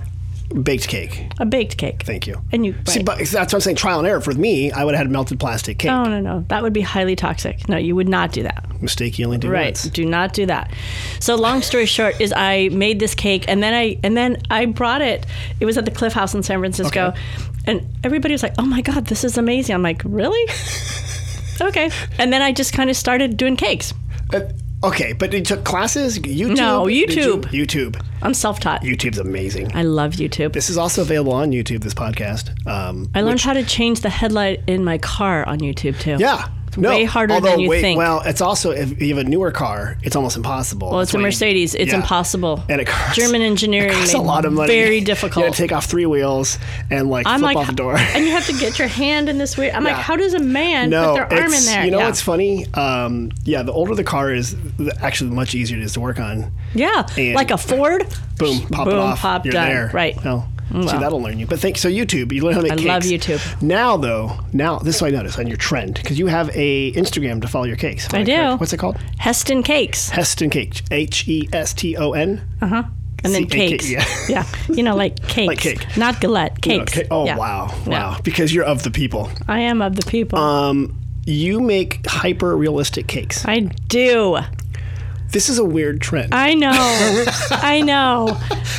A: baked cake.
B: a baked cake.
A: Thank you.
B: And you.
A: See,
B: right.
A: but that's what I'm saying. Trial and error. For me, I would have had melted plastic cake.
B: no, no, no. That would be highly toxic. No, you would not do that.
A: Mistake you only do
B: Oh. Right.
A: once.
B: Do not do that. So long story short is I made this cake and then I and then I brought it. It was at the Cliff House in San Francisco.
A: Okay.
B: And everybody was like, "Oh my god, this is amazing." I'm like, "Really?" okay. And then I just kind of started doing cakes.
A: Uh, okay, but you took classes. YouTube.
B: No,
A: Did you-
B: YouTube.
A: YouTube.
B: I'm self-taught.
A: YouTube's amazing.
B: I love YouTube.
A: This is also available on YouTube. This podcast. Um,
B: I learned how to change the headlight in my car on YouTube too.
A: Yeah. No,
B: way harder
A: although,
B: than you
A: wait,
B: think.
A: Well, it's also if you have a newer car, it's almost impossible.
B: Well, it's a Mercedes. It's impossible.
A: And it costs
B: German engineering
A: It's
B: made
A: a lot of money.
B: Very
A: You
B: difficult.
A: gotta take off three wheels and like
B: I'm
A: flip
B: like,
A: off the door.
B: and you have to get your hand in this weird. I'm
A: Yeah.
B: like, how does a man
A: No,
B: put their arm in
A: it's-
B: there?
A: you know
B: yeah.
A: what's funny? Um, yeah, the older the car is, the, actually, the much easier it is to work on.
B: yeah,
A: and-
B: like a Ford.
A: Boom, pop it
B: Boom,
A: off.
B: pop,
A: you're
B: done.
A: there.
B: Right. Mm,
A: No. See, that'll learn you. But thanks. So YouTube, you learn how to make
B: I
A: cakes.
B: love YouTube.
A: Now though, now this is what I noticed on your trend because you have a Instagram to follow your cakes. Am
B: I do.
A: correct? What's it called?
B: Heston Cakes,
A: Heston Cake. H E S T O N.
B: Uh-huh. and then
A: C A K-
B: cakes.
A: yeah.
B: you know, like cakes,
A: cake.
B: not galette cakes.
A: Okay. Oh
B: Yeah.
A: wow,
B: Yeah.
A: wow. Because you're of the people.
B: I am of the people.
A: Um, you make hyper realistic cakes.
B: I do.
A: This is a weird trend.
B: I know. I know.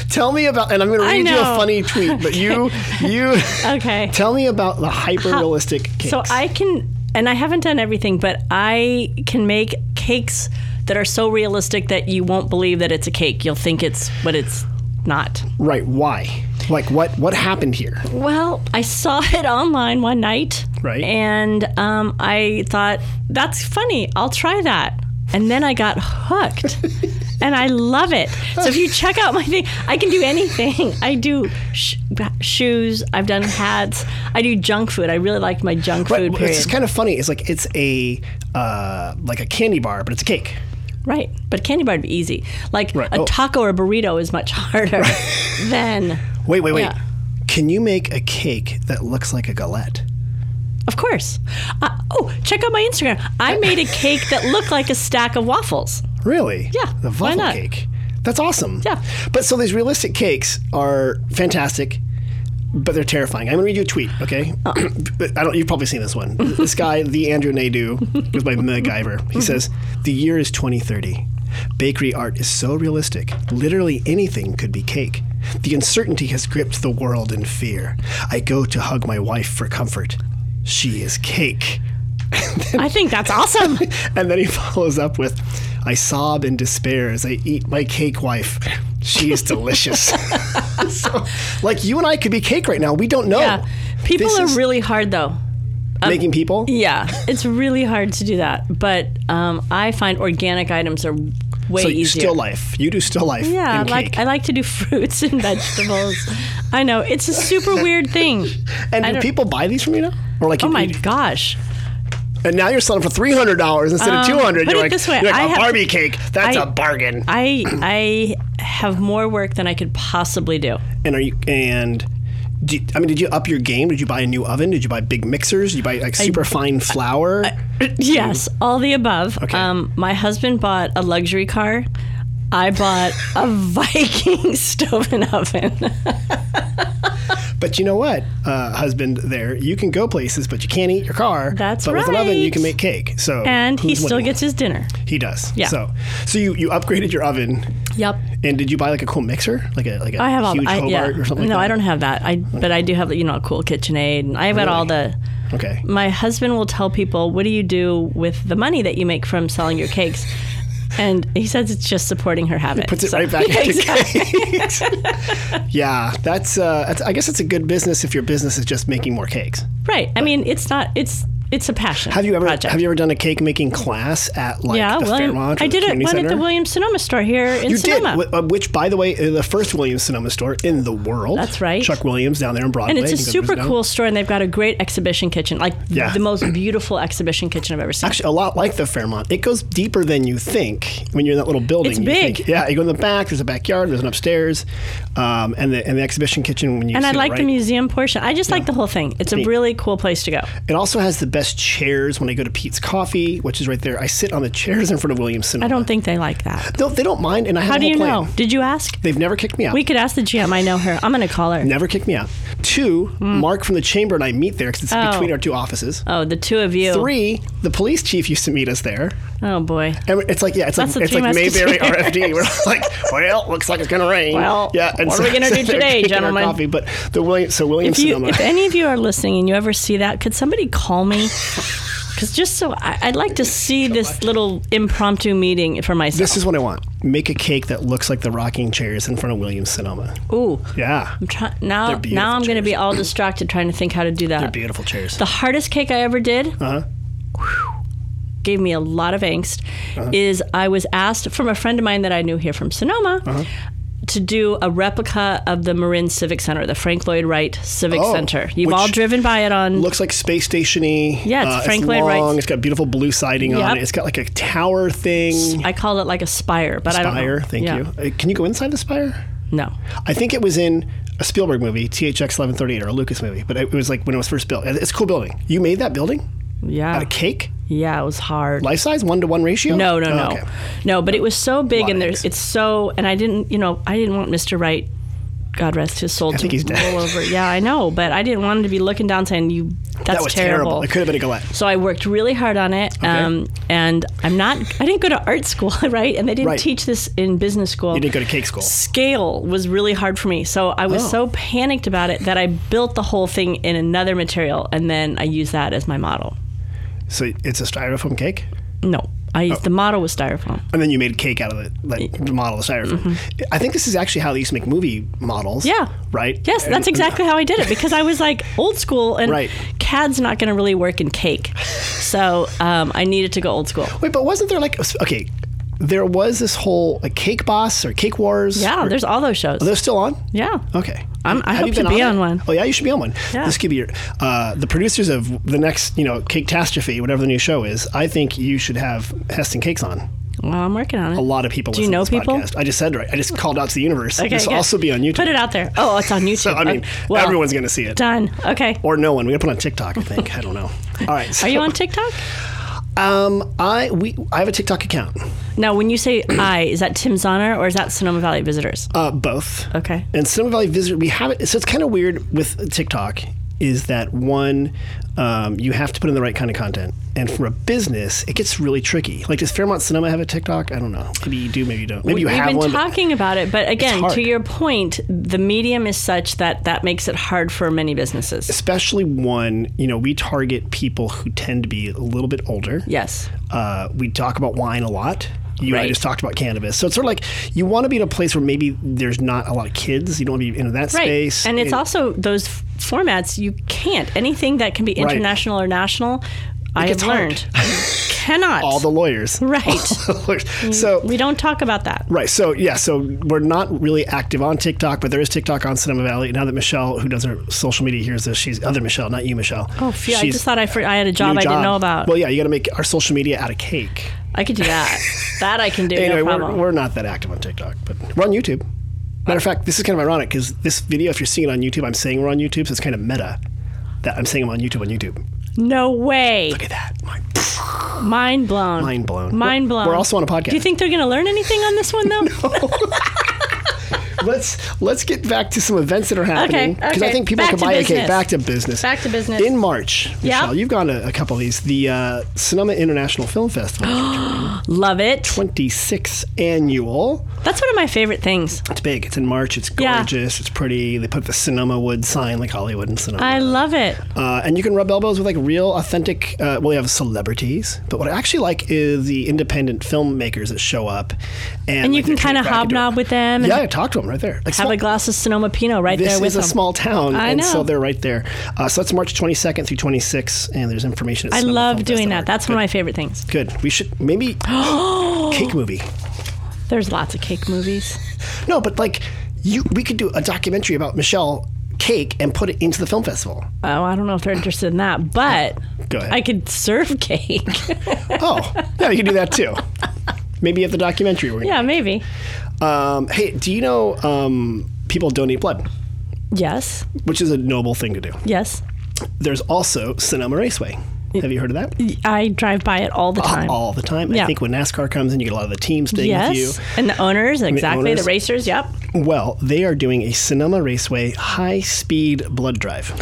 A: tell me about, and I'm going to
B: I
A: read you a
B: know.
A: funny tweet. But you, you,
B: Okay.
A: tell me about the hyper realistic cakes.
B: So I can, and I haven't done everything, but I can make cakes that are so realistic that you won't believe that it's a cake. You'll think it's what it's not.
A: right? Why? Like what? What happened here?
B: Well, I saw it online one night.
A: Right.
B: And um, I thought, that's funny. I'll try that. And then I got hooked. and I love it. So if you check out my thing, I can do anything. I do sh- shoes, I've done hats, I do junk food. I really like my junk
A: But
B: food
A: it's
B: period.
A: just kind of funny. It's like it's a uh, like a candy bar, but it's a cake.
B: Right. But candy bar would be easy. Like
A: Right.
B: a
A: Oh.
B: taco or a burrito is much harder than.
A: Wait, wait, wait.
B: Yeah.
A: Can you make a cake that looks like a galette?
B: Of course. Uh, oh, check out my Instagram. I made a cake that looked like a stack of waffles.
A: Really?
B: Yeah,
A: The
B: why
A: waffle
B: not?
A: cake. That's awesome.
B: Yeah.
A: But so these realistic cakes are fantastic, but they're terrifying. I'm gonna read you a tweet, okay? But I don't. You've probably seen this one. this guy, the Andrew Naidoo, goes by MacGyver. He says, "The year is 2030. Bakery art is so realistic. Literally anything could be cake." The uncertainty has gripped the world in fear. I go to hug my wife for comfort. She is cake.
B: I think that's awesome.
A: And then he follows up with, I sob in despair as I eat my cake wife. She is delicious. so, like you and I could be cake right now. We don't know.
B: Yeah. People
A: This
B: are
A: is-
B: really hard, though.
A: making people.
B: Yeah. It's really hard to do that. But um, I find organic items are way
A: So
B: easier.
A: still life. You do still life.
B: yeah,
A: in
B: like
A: cake.
B: I like to do fruits and vegetables. I know it's a super weird thing.
A: and
B: I
A: do
B: don't-
A: people buy these from you now? Or like,
B: Oh
A: you-
B: my
A: you-
B: gosh!
A: and now you're selling for three hundred dollars instead of two hundred.
B: Um, put
A: You're
B: it
A: like,
B: this way,
A: you're like,
B: I
A: a
B: have-
A: Barbie cake. That's a
B: I-
A: bargain.
B: I I have more work than I could possibly do.
A: And are you and do you- I mean, did you up your game? Did you buy a new oven? Did you buy big mixers? Did you buy like super fine flour?
B: Yes, all the above.
A: Okay.
B: Um, my husband bought a luxury car. I bought a Viking stove and oven.
A: but you know what, uh, husband? There, you can go places, but you can't eat your car.
B: That's
A: but But with an oven, you
B: right.
A: can make cake. So
B: And he
A: who's
B: still
A: winning?
B: gets his dinner.
A: he does.
B: Yeah.
A: So so you you upgraded your oven.
B: Yep.
A: And did you buy like a cool mixer, like a like a
B: I have all
A: huge
B: I,
A: Hobart
B: yeah.
A: or something? like
B: no,
A: that?
B: I don't have that. I but I do have you know a cool KitchenAid and I've got all the
A: Okay.
B: my husband will tell people, "What do you do with the money that you make from selling your cakes?" And he says it's just supporting her habit.
A: Puts it
B: So-
A: right back
B: Yeah,
A: into
B: exactly.
A: cakes. yeah, that's, uh, that's. I guess it's a good business if your business is just making more cakes.
B: Right. I mean, it's not. It's it's a passion.
A: Have you ever
B: Project.
A: have you ever done a cake making class at like
B: yeah,
A: the
B: William.
A: Fairmont? or
B: I
A: the
B: did it
A: community
B: one
A: center?
B: at the Williams Sonoma store here in
A: You did,
B: Sonoma.
A: wh- uh, which, by the way, uh, the first Williams Sonoma store in the world.
B: That's right.
A: Chuck Williams down there in Broadway.
B: and it's a
A: You can go
B: super
A: visit him.
B: cool store, and they've got a great exhibition kitchen, like
A: Yeah.
B: the most beautiful exhibition kitchen I've ever seen.
A: Actually, a lot like the Fairmont. It goes deeper than you think when you're in that little building.
B: It's
A: You think-
B: big.
A: yeah, you go in the back. There's a backyard. There's an upstairs, um, and the and the exhibition kitchen. When you
B: and I
A: see it,
B: like the
A: right?
B: museum portion. I just like the whole thing. It's a really cool place to go.
A: It also has the best chairs when I go to Pete's Coffee, which is right there. I sit on the chairs in front of Williams Sonoma.
B: I don't think they like that.
A: No, they don't mind, and I have
B: How
A: a
B: do
A: whole
B: you
A: plan.
B: know? Did you ask?
A: They've never kicked me out.
B: We could ask the GM. I know her. I'm going to call her.
A: never kicked me out. Two, Mark from the chamber and I meet there because it's
B: Hmm. Oh.
A: between our two offices.
B: Oh, the two of you.
A: Three, the police chief used to meet us there.
B: Oh boy.
A: And it's like yeah, it's
B: That's the
A: like it's
B: Three
A: like Mayberry
B: Musketeers.
A: RFD. We're like, well, looks like it's gonna rain.
B: Well, what are we gonna do
A: they're
B: today,
A: taking our
B: gentlemen?
A: Coffee, but the William, so William
B: If you,
A: Sonoma.
B: if any of you are listening and you ever see that, could somebody call me? Because just so I, I'd like to see this little impromptu meeting for myself.
A: this is what I want. Make a cake that looks like the rocking chairs in front of William Sonoma.
B: Ooh.
A: Yeah,
B: I'm try- now,
A: beautiful
B: now I'm going to be
A: chairs.
B: all distracted trying to think how to do that.
A: beautiful chairs.
B: Uh, the hardest cake I ever did,
A: Uh-huh.
B: gave me a lot of angst,
A: Uh-huh.
B: is I was asked from a friend of mine that I knew here from Sonoma
A: Uh-huh.
B: to do a replica of the Marin Civic Center, the Frank Lloyd Wright Civic
A: Oh,
B: Center. You've
A: which
B: all driven by it on.
A: Looks like space stationy. Uh,
B: Yeah, it's Frank
A: it's
B: Lloyd Wright's-
A: long. It's got beautiful blue siding on
B: Yep.
A: it. It's got like a tower thing.
B: I call it like a spire, but I don't
A: Spire.
B: know.
A: Thank
B: Yeah.
A: you. Uh, Can you go inside the spire?
B: No.
A: I think it was in a Spielberg movie, THX 1138, or a Lucas movie, but it was like when it was first built. It's a cool building. You made that building out
B: Yeah.
A: of cake,
B: Yeah, it was hard.
A: life size, one to one ratio.
B: no, no,
A: Oh,
B: no.
A: okay.
B: No, but it was so big
A: Lot
B: and
A: of
B: there's
A: eggs.
B: it's so and I didn't, you know, I didn't want Mr. Wright God rest his soul to
A: think he's
B: roll
A: dead.
B: over. Yeah, I know, but I didn't want him to be looking down saying you that's
A: that was terrible. It could have been a Gillette.
B: So I worked really hard on it, um, and I'm not. I didn't go to art school, right? And they didn't
A: Right.
B: teach this in business school.
A: You didn't go to cake school.
B: Scale was really hard for me, so I was
A: Oh.
B: so panicked about it that I built the whole thing in another material, and then I used that as my model.
A: So it's a styrofoam cake,
B: No, I used
A: Oh.
B: the model was styrofoam.
A: and then you made cake out of it, like the model of styrofoam. I think this is actually how they used to make movie models.
B: Mm-hmm. Yeah.
A: Right.
B: Yes,
A: And-
B: that's exactly how I did it because I was like old school, and
A: Right.
B: CAD's not going to really work in cake, so um, I needed to go old school.
A: Wait, but wasn't there like okay, there was this whole like cake boss or cake wars?
B: Yeah,
A: or-
B: there's all those shows.
A: Are those still on?
B: yeah.
A: Okay.
B: I'm- I
A: Have
B: hope
A: you been
B: to be
A: it?
B: on one.
A: Oh yeah, you should be on one.
B: Yeah.
A: This could be your, uh, the producers of the next, you know, Cake Catastrophe, whatever the new show is. I think you should have Heston Cakes on.
B: Well, I'm working on it.
A: A lot of people. Do
B: you know
A: to this
B: people?
A: Podcast. I just said right. I just called out to the universe.
B: Okay,
A: this will
B: good.
A: also be on YouTube.
B: Put it out there. Oh, it's on YouTube.
A: So I mean,
B: Okay. Well,
A: everyone's going to see it.
B: done. Okay.
A: Or no one. We gotta put it on TikTok. I think. I don't know. All right.
B: Are you on TikTok?
A: Um, I we I have a TikTok account.
B: Now, when you say I, is that Tim Zahner or is that Sonoma Valley Visitors?
A: Uh, both.
B: Okay.
A: And Sonoma Valley Visitor, we have it. So it's kind of weird with TikTok is that one, um, you have to put in the right kind of content. And for a business, it gets really tricky. Like, does Fairmont Cinema have a TikTok? I don't know. Maybe you do, maybe you don't. Maybe Oh, you
B: We've
A: have
B: been
A: one. but-
B: talking about it, but again,
A: hard.
B: to your point, the medium is such that that makes it hard for many businesses.
A: especially one, you know, we target people who tend to be a little bit older.
B: Yes.
A: Uh, we talk about wine a lot. You and I
B: Right.
A: just talked about cannabis. So it's sort of like you want to be in a place where maybe there's not a lot of kids. You don't want to be in that
B: Right.
A: space.
B: And it's also those f- formats you can't. Anything that can be international or national, I have
A: gets hard.
B: learned cannot.
A: all the lawyers.
B: right. Mm.
A: so
B: we don't talk about that.
A: Right. So yeah. So we're not really active on TikTok, but there is TikTok on Cinema Valley. Now that Michelle, who does her social media, hears this, she's other Michelle, not you, Michelle.
B: Oh, phew, I just thought I, for, I had a job I didn't know about.
A: Well, yeah, you got to make our social media out of cake.
B: I could do that. that I can do.
A: Anyway,
B: no
A: we're,
B: problem.
A: we're not that active on TikTok, but we're on YouTube. Matter of fact, this is kind of ironic because this video, if you're seeing it on YouTube, I'm saying we're on YouTube, so it's kind of meta that I'm saying I'm on YouTube on YouTube.
B: no way.
A: Look at that. My
B: Mind blown.
A: mind blown.
B: Mind blown.
A: We're also on a podcast.
B: Do you think they're going to learn anything on this one, though?
A: let's let's get back to some events that are happening because I
B: okay.
A: think people
B: Back
A: can
B: to
A: buy a cake.
B: business.
A: Back to business.
B: Back to business.
A: In March,
B: Yeah.
A: Michelle, you've gone to a couple of these. The uh, Sonoma International Film Festival,
B: Love it.
A: 26th annual.
B: That's one of my favorite things.
A: It's big. It's in March. It's
B: Yeah.
A: gorgeous. It's pretty. They put the Sonoma Wood sign like Hollywood and Sonoma.
B: I love it.
A: Uh, and you can rub elbows with like real, authentic. Uh, well, you have celebrities, but what I actually like is the independent filmmakers that show up, and,
B: And you
A: like,
B: can
A: they're
B: kind of
A: back into it.
B: hobnob with them and
A: Yeah, I talk to them right there. Like,
B: have
A: small-
B: a glass of Sonoma Pinot right
A: this
B: there with
A: is a
B: them.
A: small town,
B: I
A: and so
B: know.
A: they're right there. Uh, so that's March 22nd through 26th, and there's information. At
B: I
A: Sonoma
B: love
A: Film
B: doing
A: Festival.
B: that. That's one of my favorite things.
A: good. We should maybe cake movie.
B: There's lots of cake movies.
A: No, but like you, we could do a documentary about Michelle Cake and put it into the film festival.
B: Oh, I don't know if they're interested in that, but
A: Go ahead.
B: I could serve cake.
A: oh, yeah, you can do that too. Maybe at the documentary. We're gonna,
B: yeah, maybe.
A: Um, hey, do you know um, people donate blood,
B: Yes.
A: which is a noble thing to do.
B: Yes.
A: There's also Sonoma Raceway. Have you heard of that?
B: I drive by it all the time.
A: All the time. I
B: Yeah.
A: think when NASCAR comes in, you get a lot of the teams staying with you.
B: yes. And the owners, exactly.
A: owners.
B: The racers, yep.
A: Well, they are doing a Sonoma Raceway high speed blood drive.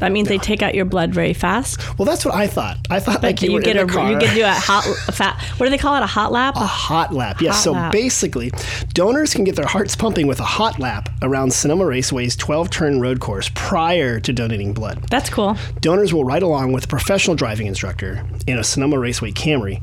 B: That means they take out your blood very fast.
A: Well, that's what I thought. I thought like
B: But
A: you,
B: you,
A: were
B: get
A: in
B: a
A: the car. Oh.
B: you get to do a hot a fat. What do they call it? A hot lap?
A: a hot lap. Yes.
B: Hot
A: so
B: lap.
A: basically, donors can get their hearts pumping with a hot lap around Sonoma Raceway's 12 turn road course prior to donating blood.
B: That's cool.
A: Donors will ride along with a professional driving instructor in a Sonoma Raceway Camry.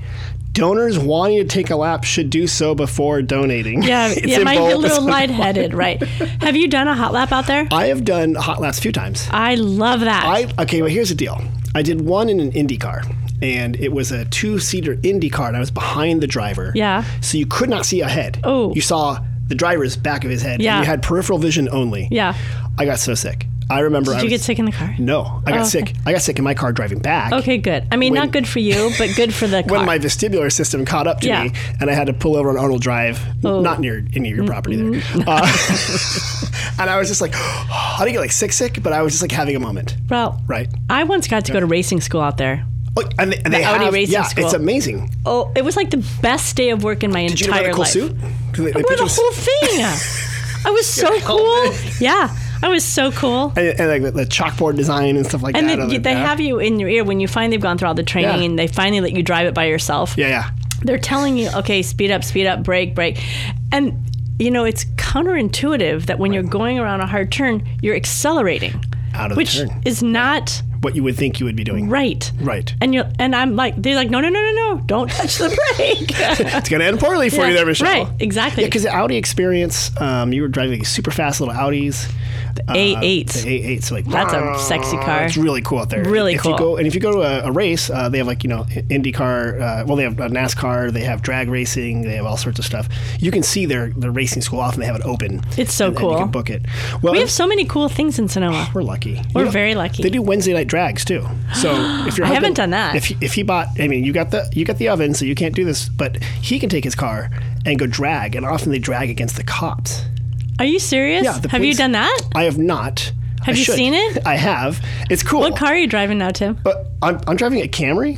A: Donors wanting to take a lap should do so before donating.
B: Yeah,
A: It's
B: yeah.
A: in
B: Might be a
A: bold.
B: little lightheaded, right? Have you done a hot lap out there?
A: I have done hot laps a few times.
B: I love that.
A: I okay. Well, here's the deal. I did one in an Indy car, and it was a two-seater Indy car, and I was behind the driver.
B: Yeah.
A: So you could not see ahead.
B: Oh.
A: You saw the driver's back of his head.
B: Yeah.
A: And you had peripheral vision only.
B: yeah.
A: I got so sick. I remember. I
B: Did you
A: was-
B: get sick in the car?
A: No, I got
B: Oh, okay.
A: sick. I got sick in my car driving back.
B: Okay, good. I mean,
A: When-
B: not good for you, but good for the car.
A: When my vestibular system caught up to
B: Yeah. Oh. Mm-hmm.
A: me, and I had to pull over on Arnold Drive, not near any of your property there, uh, and I was just like, I didn't get like sick sick, but I was just like having a moment,
B: well,
A: right?
B: I once got to go to racing school out there.
A: Oh, and they, and they
B: Audi
A: have,
B: racing
A: yeah,
B: school.
A: it's amazing.
B: Oh, it was like the best day of work in my
A: Did you
B: entire
A: wear a cool
B: life. Oh,
A: suit? 'Cause They, they
B: I wore
A: put you
B: the
A: in-
B: whole thing. I was so cool. Yeah, I was so cool.
A: and, and like the, the chalkboard design and stuff like
B: And
A: that.
B: then
A: on
B: you-
A: the
B: they
A: back.
B: have you in your ear when you finally have gone through all the training
A: Yeah.
B: and they finally let you drive it by yourself.
A: Yeah, yeah.
B: They're telling you, okay, speed up, speed up, brake, brake. And, you know, it's counterintuitive that when you're going around a hard turn, you're accelerating.
A: Out of the
B: which
A: turn.
B: is not
A: What you would think you would be doing.
B: right.
A: Right.
B: And you're and I'm like they're like, no, no, no, no, no, don't touch the brake.
A: It's going to end poorly for you
B: Yeah,
A: there, Michelle.
B: right, exactly.
A: Yeah, because the Audi experience, um, you were driving these super fast little Audis. The
B: A8.
A: Uh, The A8. So like,
B: That's a sexy car.
A: It's really cool out there.
B: Really
A: if You
B: cool.
A: go, and if you go to a, a race, uh, they have like, you know, IndyCar, uh, well, they have uh, NASCAR, they have drag racing, they have all sorts of stuff. You can see their, their racing school often. They have it open.
B: It's so
A: and- and
B: cool.
A: you can book it. Well,
B: we have so many cool things in Sonoma.
A: We're lucky.
B: We're
A: You know,
B: very lucky.
A: They do Wednesday night drags too. So if your
B: I
A: husband-
B: haven't done that.
A: If he, if he bought, I mean, you got the you got the oven, so you can't do this, but he can take his car and go drag, and often they drag against the cops.
B: Are you serious?
A: Yeah, the
B: have you
A: police-
B: done that?
A: I have not.
B: Have
A: I
B: you
A: should.
B: seen it?
A: I have. It's cool.
B: What car are you driving now, Tim?
A: But I'm, I'm driving a Camry.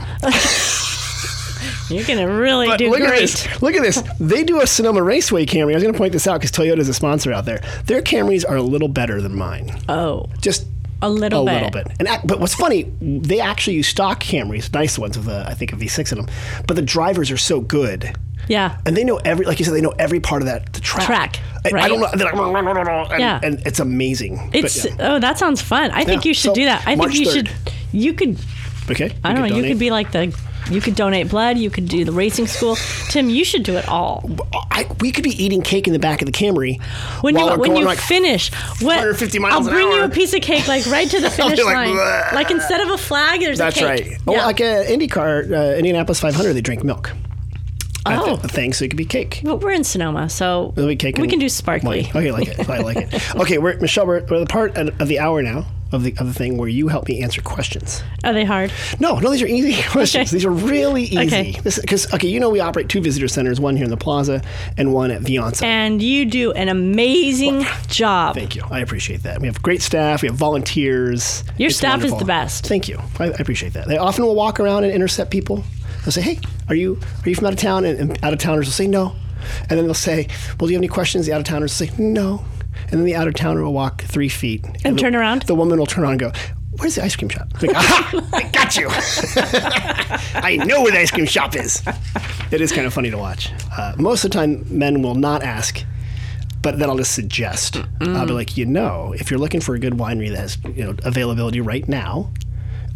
B: You're gonna really do
A: Look
B: great.
A: at this. Look at this. They do a Sonoma Raceway Camry. I was going to point this out because Toyota's a sponsor out there. Their Camrys are a little better than mine.
B: Oh,
A: Just
B: a little bit.
A: a little bit. And ac- but what's funny, they actually use stock Camrys, nice ones with a, I think a V6 in them. But the drivers are so good,
B: Yeah.
A: and they know every, like you said, they know every part of that the track.
B: Track,
A: I, I
B: right?
A: don't know. They're like, "Rah, rah, rah, rah," and,
B: Yeah.
A: and it's amazing. But
B: It's
A: yeah.
B: oh, that sounds fun. I think
A: Yeah,
B: you should
A: so
B: do that. I
A: March
B: think you
A: 3rd.
B: should. You could.
A: okay.
B: I don't know. You
A: donate.
B: could be like the You could donate blood. You could do the racing school. Tim, you should do it all.
A: I, we could be eating cake in the back of the Camry
B: When
A: while
B: you
A: we're
B: when
A: going
B: you
A: like
B: finish, what?
A: 150 miles
B: I'll
A: an
B: bring you
A: hour.
B: a piece of cake like right to the
A: I'll be
B: finish
A: like,
B: line.
A: "Bleh."
B: Like instead of a flag, there's
A: That's
B: a cake.
A: right. Oh, Well,
B: Yeah.
A: like an IndyCar, uh, Indianapolis 500, they drink milk. at
B: Oh.
A: the thing, so it could be cake.
B: But we're in Sonoma, so
A: It'll be cake.
B: we
A: and
B: can do sparkly.
A: wine. Okay, I like it. I like it. Okay, we're, Michelle, we're, we're at the part of of the hour now of the of the thing where you help me answer questions.
B: Are they hard?
A: No, no, these are easy questions. These are really easy.
B: Okay.
A: Because okay, you know we operate two visitor centers, one here in the plaza and one at Vianza.
B: And you do an amazing job.
A: Thank you. I appreciate that. We have great staff. We have volunteers.
B: Your staff is
A: wonderful.
B: the best.
A: Thank you. I, I appreciate that. They often will walk around and intercept people. They'll say, "Hey, are you are you from out of town?" And, and out of towners will say, "No," and then they'll say, "Well, do you have any questions?" The out of towners will say, "No," and then the out of towner will walk three feet and, the-
B: turn around?
A: The woman will turn around and go. Where's the ice cream shop? Like, Aha! I got you. I know where the ice cream shop is. It is kind of funny to watch. Uh, most of the time, men will not ask but then I'll just suggest.
B: Mm-hmm.
A: I'll be like, you know, if you're looking for a good winery that has you know availability right now,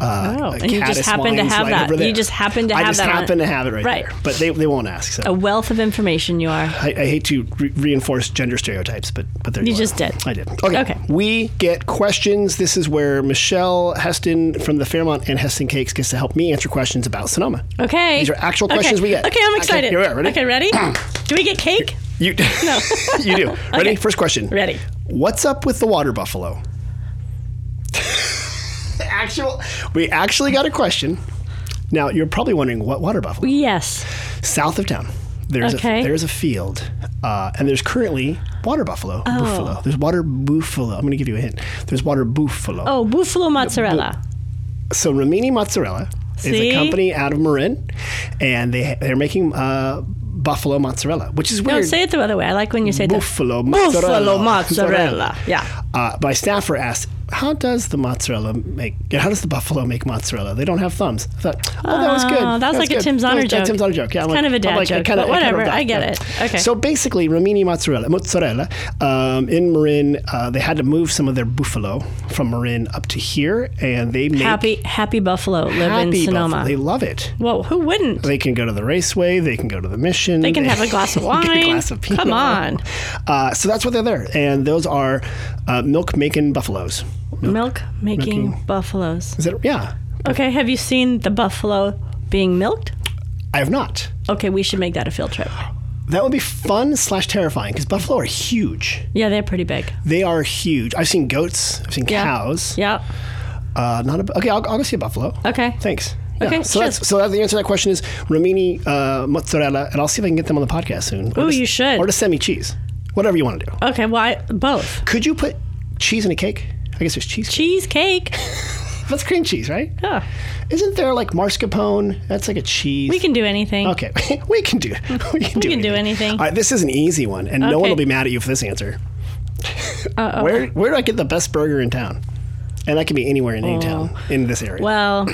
A: uh,
B: Oh,
A: like
B: and you just
A: Caddis
B: happen to
A: Wine's
B: have
A: right
B: that.
A: over there.
B: You just happen to
A: I
B: have
A: just
B: that on-
A: happen to have it right,
B: Right.
A: there, but they, they won't ask. So
B: A wealth of information you are.
A: I, I hate to re- reinforce gender stereotypes, but but there
B: You
A: are.
B: just did.
A: I did. Okay.
B: Okay.
A: We get questions. This is where Michelle Heston from the Fairmont and Heston Cakes gets to help me answer questions about Sonoma.
B: Okay.
A: These are actual questions
B: okay.
A: we get.
B: Okay, I'm
A: Actual-
B: excited.
A: Here we are. Ready?
B: Okay, ready? do we get cake?
A: You no. you do. Ready?
B: Okay.
A: First question.
B: Ready.
A: What's up with the water buffalo? Actual. We actually got a question. Now you're probably wondering what water buffalo.
B: Yes.
A: South of town, there's
B: Okay.
A: a there's a field, uh, and there's currently water buffalo.
B: Oh.
A: Buffalo. There's water buffalo. I'm going to give you a hint. There's water buffalo.
B: Oh, buffalo mozzarella.
A: So Ramini Mozzarella is
B: See?
A: a company out of Marin, and they they're making uh, buffalo mozzarella, which is weird.
B: Don't say it the other way. I like when you say the
A: Buffalo mozzarella.
B: buffalo mozzarella. Yeah.
A: Uh, my staffer asked, "How does the mozzarella make? How does the buffalo make mozzarella? They don't have thumbs." I thought, "Oh, that was good.
B: Oh, that was like a
A: good.
B: Tim's Honor
A: That was-
B: joke.
A: Tim's honor joke. Yeah, I'm
B: It's kind of a
A: I'm
B: dad
A: I
B: joke,
A: kinda-
B: but
A: I kinda
B: whatever.
A: got
B: I get
A: that.
B: it. Okay.
A: So basically, Romini mozzarella, mozzarella um, in Marin, uh, they had to move some of their buffalo from Marin up to here, and they make
B: Happy happy buffalo live in
A: happy
B: Sonoma.
A: buffalo. They love it.
B: Whoa, who wouldn't?
A: They can go to the raceway. They can go to the mission.
B: They can have a glass of
A: get
B: wine.
A: a glass of
B: Come
A: Pinot.
B: on.
A: Uh, so that's what they're there, and those are uh, milk making buffaloes.
B: Milk making buffaloes.
A: Is it? Yeah,
B: Okay, have you seen the buffalo being milked?
A: I have not.
B: Okay, we should make that a field trip.
A: That would be fun slash terrifying because buffalo are huge.
B: Yeah, they're pretty big.
A: They are huge. I've seen goats. I've seen
B: Yeah.
A: cows.
B: Yeah.
A: Uh, not a, okay. I'll, I'll go see a buffalo.
B: Okay.
A: Thanks.
B: Okay,
A: So
B: sure.
A: that's so that's the answer to that question is Romini uh, mozzarella, and I'll see if I can get them on the podcast soon. Or
B: Ooh,
A: just-
B: you should.
A: Or just send me cheese, whatever you want to do.
B: Okay, why both?
A: Could you put cheese in a cake? I guess there's cheese.
B: Cheesecake.
A: That's cream cheese, right?
B: Yeah.
A: Isn't there like mascarpone? That's like a cheese.
B: We can do anything.
A: Okay, we can do. We can, do,
B: can
A: anything.
B: do anything.
A: All right, this is an easy one, and no
B: Okay.
A: one will be mad at you for this answer. Where Where do I get the best burger in town? And that can be anywhere in any
B: Oh.
A: town in this area.
B: Well,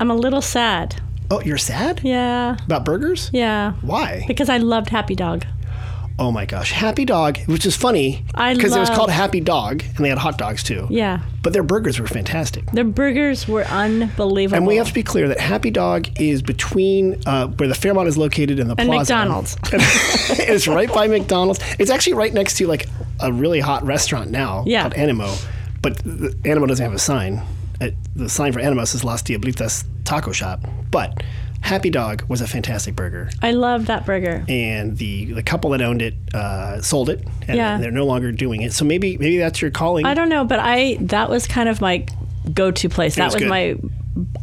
B: I'm a little sad.
A: Oh, you're sad
B: Yeah.
A: about burgers?
B: Yeah.
A: Why?
B: Because I loved Happy Dog.
A: Oh my gosh, Happy Dog, which is funny
B: I
A: because it was
B: love-
A: called Happy Dog, and they had hot dogs too.
B: Yeah.
A: But their burgers were fantastic.
B: Their burgers were unbelievable.
A: And we have to be clear that Happy Dog is between uh, where the Fairmont is located and the
B: And
A: plaza.
B: McDonald's.
A: it's right by McDonald's. It's actually right next to like a really hot restaurant now
B: Yeah.
A: called Animo, but the, Animo doesn't have a sign. It, the sign for Animo says Las Diablitas Taco Shop, but Happy Dog was a fantastic burger,
B: I love that burger.
A: and the the couple that owned it uh, sold it, and
B: Yeah.
A: they're no longer doing it. So maybe maybe that's your calling.
B: I don't know, but I that was kind of my go-to place. That
A: was
B: was,
A: good.
B: my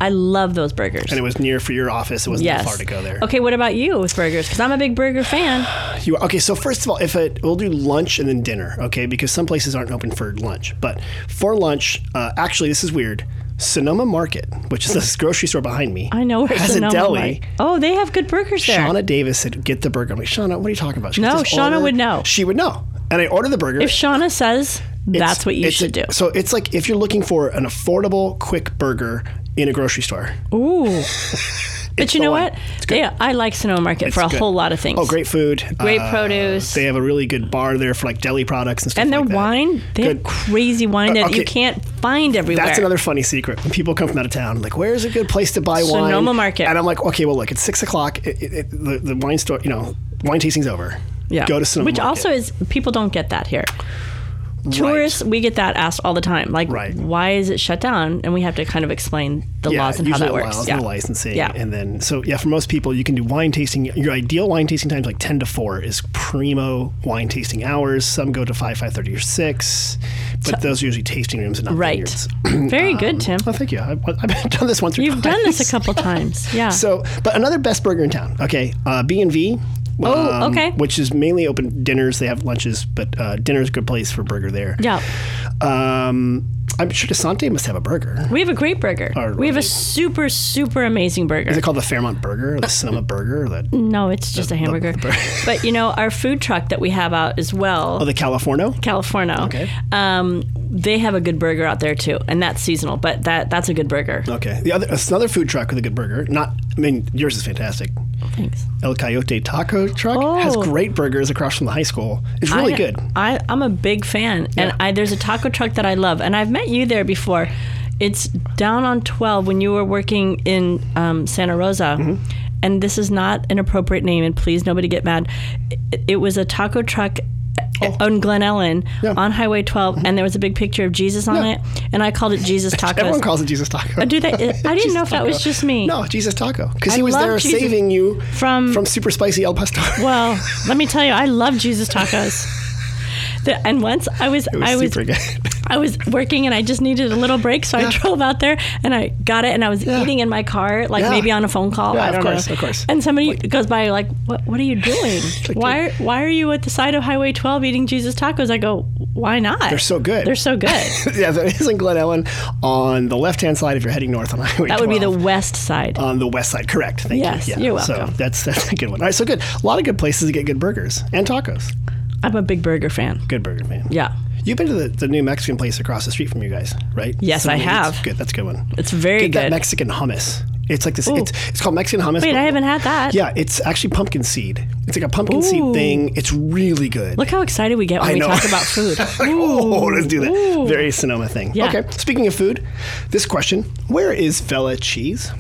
B: I love those burgers.
A: and it was near for your office. It wasn't that
B: yes.
A: far to go there.
B: Okay, what about you with burgers? Because I'm a big burger fan.
A: You are, okay? So first of all, if it, we'll do lunch and then dinner, okay? Because some places aren't open for lunch. But for lunch, uh, actually, this is weird. Sonoma Market, which is this grocery store behind me,
B: I know where
A: has
B: Sonoma
A: a deli.
B: might- Oh, they have good burgers there.
A: Shauna Davis said, "Get the burger." I'm like, Shauna, what are you talking about? She
B: No,
A: goes, "Just
B: Shauna would know.
A: She would know. And I ordered the burger.
B: if Shauna says that's what you
A: It's a-
B: should do.
A: So it's like if you're looking for an affordable, quick burger in a grocery store,
B: Ooh, But
A: It's
B: you
A: the
B: know
A: one.
B: what? Yeah, I like Sonoma Market for a
A: It's good.
B: whole lot of things.
A: Oh, great food.
B: Great produce.
A: They have a really good bar there for like deli products and stuff
B: And their
A: like that.
B: wine, they have
A: Good. Uh,
B: crazy wine that
A: okay.
B: you can't find everywhere.
A: That's another funny secret. When people come from out of town, like, where's a good place to buy wine?
B: Sonoma Market.
A: And I'm like, okay, well, look, it's six o'clock. It, it, it, the, the wine store, you know, wine tasting's over.
B: Yeah.
A: Go to Sonoma
B: Which
A: Market.
B: also is people don't get that here. Tourists, we get that asked all the time. Like,
A: Right.
B: why is it shut down? And we have to kind of explain the laws and how
A: usually
B: that
A: the
B: works.
A: Laws
B: yeah.
A: and the licensing.
B: Yeah.
A: And then, so yeah, for most people, you can do wine tasting. Your ideal wine tasting time is like 10 to 4 is primo wine tasting hours. Some go to 5, 5.30 or 6. But those are usually tasting rooms and not
B: Right.
A: vineyards.
B: Very good, Tim.
A: Oh, thank you. I, I've done this one through
B: You've done this a
A: times.
B: couple times. Yeah.
A: So, but another best burger in town. Okay, uh, B and V. um,
B: Oh, okay.
A: Which is mainly open dinners. They have lunches, but uh, dinner's a good place for burger there.
B: yeah.
A: Um, I'm sure Desante must have a burger.
B: We have a great burger.
A: Or-
B: we have a super, super amazing burger.
A: Is it called the Fairmont Burger or
B: Uh,
A: the Cinema Burger or the
B: no, it's just a hamburger. but you know, our food truck that we have out as well.
A: oh the Californo?
B: Californo.
A: Okay.
B: Um, they have a good burger out there too, and that's seasonal, but that that's a good burger.
A: Okay. The other it's another food truck with a good burger. Not I mean yours is fantastic.
B: Thanks.
A: El Coyote Taco Truck has
B: Oh.
A: great burgers across from the high school. It's really
B: I,
A: good.
B: I, I'm a big fan, and I, there's a taco truck that I love, and I've met you there before. It's down on 12 when you were working in um, Santa Rosa.
A: Mm-hmm.
B: And this is not an appropriate name, and please nobody get mad. It, it was a taco truck uh, on Glen Ellen
A: Oh. Yeah. Mm-hmm.
B: on Highway 12, and there was a big picture of Jesus on
A: Yeah.
B: it, and I called it Jesus Tacos.
A: Everyone calls it Jesus Taco.
B: Uh, Do they? I didn't know if that was just me.
A: No, Jesus Taco. Because he
B: I
A: was
B: love
A: there
B: Jesus-
A: saving you
B: From-
A: from super spicy El Pastor.
B: Well, let me tell you, I love Jesus tacos. The- and once I was,
A: It was
B: I was
A: super good.
B: I was working and I just needed a little break, so I drove out there and I got it and I was
A: Yeah.
B: eating in my car, like
A: Yeah.
B: maybe on a phone call.
A: Yeah,
B: I
A: of
B: don't
A: course,
B: know.
A: of course.
B: And somebody goes by like, what, what are you doing?
A: like,
B: why why are you at the side of Highway 12 eating Jesus tacos? I go, why not?
A: They're so good.
B: They're so good.
A: yeah, that is in Glen Ellen on the left hand side if you're heading north on Highway
B: That would be the
A: 12.
B: west side.
A: on the west side, correct. Thank
B: Yes,
A: you.
B: you're
A: So
B: welcome.
A: that's that's a good one. All right, so good. A lot of good places to get good burgers and tacos.
B: I'm a big burger fan.
A: Good burger, man.
B: Yeah.
A: You've been to the, the new Mexican place across the street from you guys, right?
B: Yes, I
A: Somebody-
B: have.
A: it's Good, that's a good one.
B: It's very
A: Get that
B: good.
A: Mexican hummus. It's like this. It's, it's called Mexican hummus.
B: Wait,
A: but-
B: I haven't had that.
A: Yeah, it's actually pumpkin seed. It's like a pumpkin seed
B: Ooh.
A: thing. It's really good.
B: Look how excited we get when
A: I
B: we
A: know.
B: talk about food.
A: Like, oh, let's do that.
B: Ooh.
A: Very Sonoma thing.
B: Yeah.
A: Okay. Speaking of food, this question: Where is Vela cheese?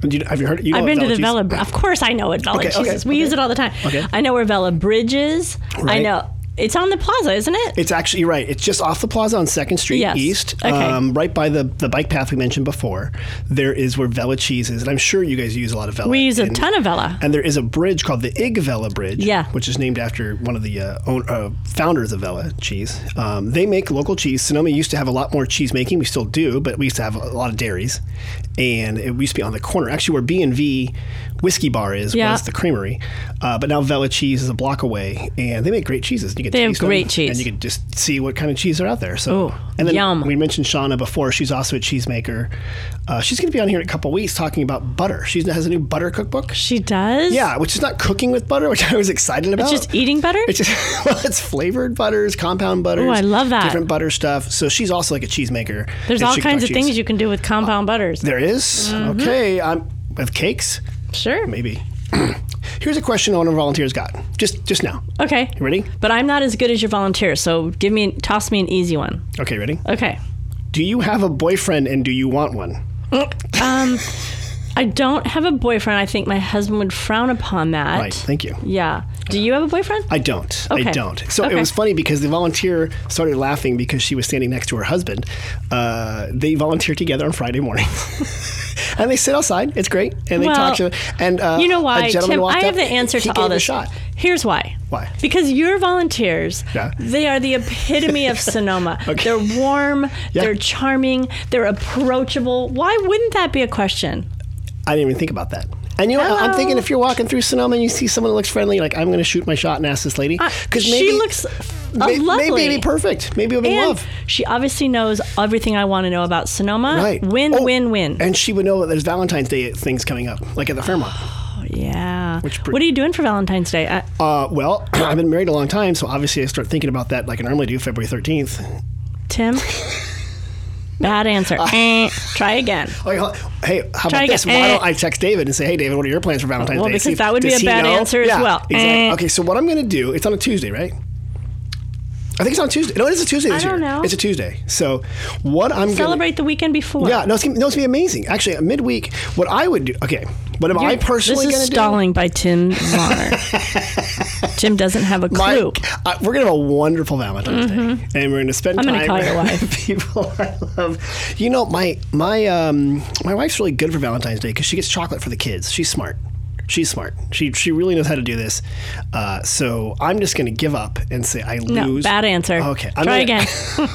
A: Do you- have you heard? You know
B: I've
A: what
B: been to the
A: cheese-
B: Vela. Of course, I know what Vela
A: Okay,
B: cheese
A: okay,
B: is. We
A: okay.
B: use it all the time.
A: Okay.
B: I know where Vela Bridge is. I
A: Right.
B: know it's on the plaza, isn't it?
A: It's actually you're right. It's just off the plaza on Second Street
B: Yes.
A: East, um,
B: Okay.
A: right by the, the bike path we mentioned before. There is where Vela cheese is, and I'm sure you guys use a lot of Vela.
B: we use a
A: in-
B: ton of Vela.
A: And there is a bridge called the Ig Vela Bridge,
B: Yeah.
A: which is named after one of the uh, own, uh, founders of Vela Cheese. Um, they make local cheese. Sonoma used to have a lot more cheese making. We still do, but we used to have a lot of dairies, and it used to be on the corner, actually where B and V Whiskey Bar is,
B: Yeah.
A: was the creamery. Uh, but now Vela Cheese is a block away, and they make great cheeses. You can
B: They have
A: taste them,
B: great cheese.
A: and you can just see what kind of cheese are out there. So,
B: Ooh,
A: and then
B: yum.
A: we mentioned Shauna before. She's also a cheesemaker. Uh, she's going to be on here in a couple weeks talking about butter. She has a new butter cookbook.
B: She does.
A: Yeah, which is not cooking with butter, which I was excited about.
B: It's just eating butter.
A: It's just- well, it's flavored butters, compound butters.
B: Ooh, I love that.
A: Different butter stuff. So she's also like a cheesemaker.
B: There's
A: and
B: all
A: she can
B: kinds
A: talk
B: of
A: cheese.
B: things you Mm-hmm. can do with compound butters.
A: There is? Okay, I'm with cakes,
B: Sure.
A: maybe. Here's a question one of our volunteers got just just now.
B: Okay.
A: You ready?
B: But I'm not as good as your volunteer, so give me toss me an easy one.
A: Okay, ready.
B: Okay.
A: Do you have a boyfriend and do you want one?
B: Um, I don't have a boyfriend. I think my husband would frown upon that.
A: Right. Thank you.
B: Yeah. Do you have a boyfriend?
A: I don't. I
B: Okay.
A: don't. So it
B: Okay.
A: was funny because the volunteer started laughing because she was standing next to her husband. Uh, they volunteer together on Friday morning. and they sit outside. It's great. And they talk to
B: Well,
A: and uh,
B: you know why,
A: a gentleman
B: Tim?
A: walked
B: I have
A: up.
B: the answer
A: He
B: to
A: gave
B: all
A: it a
B: this.
A: shot.
B: Here's why.
A: Why?
B: Because your volunteers,
A: Yeah.
B: they are the epitome of Sonoma.
A: Okay.
B: They're warm,
A: Yeah.
B: they're charming, they're approachable. Why wouldn't that be a question?
A: I didn't even think about that. And you know, I- I'm
B: Hello.
A: thinking if you're walking through Sonoma and you see someone that looks friendly, like I'm going to shoot my shot and ask this lady because
B: Uh, she looks
A: may,
B: lovely.
A: maybe it'd be perfect. Maybe it'll be
B: and
A: love.
B: she obviously knows everything I want to know about Sonoma.
A: Right.
B: Win,
A: Oh,
B: win, win.
A: And she would know that there's Valentine's Day things coming up, like at the Fairmont.
B: Oh, yeah.
A: Which pre-
B: what are you doing for Valentine's Day? I,
A: Uh, well, I've been married a long time, so obviously I start thinking about that like I normally do, February 13th.
B: Tim? Bad answer. Eh, Try again.
A: Wait, hold- hey, how
B: Try
A: about this?
B: again.
A: Why
B: Eh.
A: don't I text David and say, "Hey, David, what are your plans for Valentine's
B: Well,
A: Day?"
B: because
A: See if-
B: that would be
A: does
B: a
A: he
B: bad
A: know?
B: answer as
A: Yeah,
B: well.
A: Exactly.
B: Eh.
A: Okay, so what I'm gonna do? It's on a Tuesday, right? I think it's on Tuesday. No, it is a Tuesday this
B: I don't
A: year.
B: know.
A: It's a Tuesday. So what I'm gonna
B: Celebrate the weekend before.
A: yeah, no, it's, gonna- no, it's gonna be amazing. Actually, at midweek, what I would do. Okay, what am I
B: You're-
A: personally
B: This
A: gonna
B: is stalling by Tim Zahner. Tim doesn't have a
A: do? My-
B: clue.
A: I- uh, we're gonna have a wonderful Valentine's Day, and we're gonna spend
B: Mm-hmm. I'm gonna
A: time
B: call your
A: with
B: wife.
A: people I love. You know, my my um, my wife's really good for Valentine's Day because she gets chocolate for the kids. She's smart. She's smart. She she really knows how to do this. Uh, so I'm just gonna give up and say I
B: no,
A: lose.
B: bad answer.
A: Okay, I'm
B: Try
A: gonna-
B: again.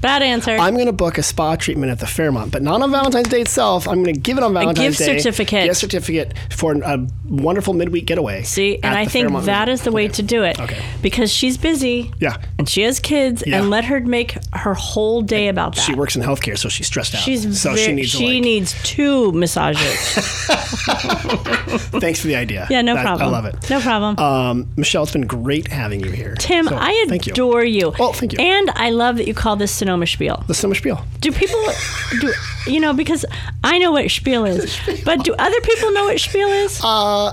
B: bad answer.
A: I'm going to book a spa treatment at the Fairmont, but not on Valentine's Day itself. I'm going to give it on Valentine's
B: gift
A: Day.
B: certificate.
A: Gift certificate for a wonderful midweek getaway.
B: See, and I think that is the way to do it.
A: Okay.
B: Because she's busy.
A: Yeah.
B: And she has kids,
A: Yeah.
B: and let her make her whole day about that.
A: She works in healthcare, so she's stressed out.
B: She's
A: so she
B: ve-
A: needs. to,
B: she
A: like-
B: needs two massages.
A: thanks for the idea.
B: Yeah, no
A: That-
B: problem.
A: I love it.
B: No problem.
A: Um, Michelle, it's been great having you here.
B: Tim,
A: So,
B: I
A: thank you.
B: adore you.
A: Oh, thank you.
B: And I love that you call this Sonoma Spiel.
A: The summer spiel.
B: Do people do you know because I know what Spiel is, but do other people know what Spiel is?
A: Uh,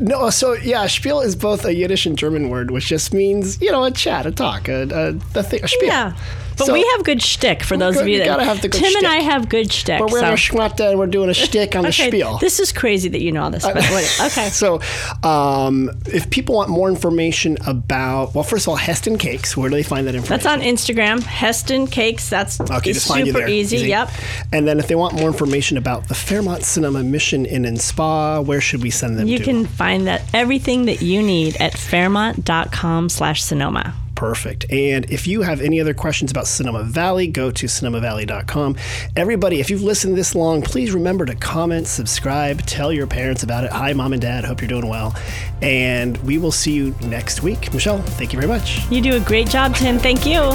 A: no, so yeah, spiel is both a Yiddish and German word, which just means you know a chat, a talk, a, a, a, thing, a spiel.
B: yeah. But
A: so-
B: we have good shtick for those
A: good-
B: of you
A: you
B: that
A: gotta have the good
B: Tim and I
A: shtick.
B: have good shtick.
A: We're wearing
B: so-
A: a schmata and we're doing a shtick on the
B: okay,
A: spiel.
B: This is crazy that you know all this. But what, okay.
A: So, um, if people want more information about, well, first of all, Heston Cakes, where do they find that information?
B: That's on Instagram, Heston Cakes. That's
A: Okay, just find you
B: super
A: there.
B: easy. Yep.
A: And then if they want more information about the Fairmont Cinema Mission Inn and Spa, where should we send them
B: You
A: to?
B: can find that everything that you need at fairmont.com slash Sonoma.
A: Perfect. And if you have any other questions about Cinema Valley, go to cinemavalley.com. Everybody, if you've listened this long, please remember to comment, subscribe, tell your parents about it. Hi, mom and dad. Hope you're doing well. And we will see you next week. Michelle, thank you very much.
B: You do a great job, Tim. Thank you.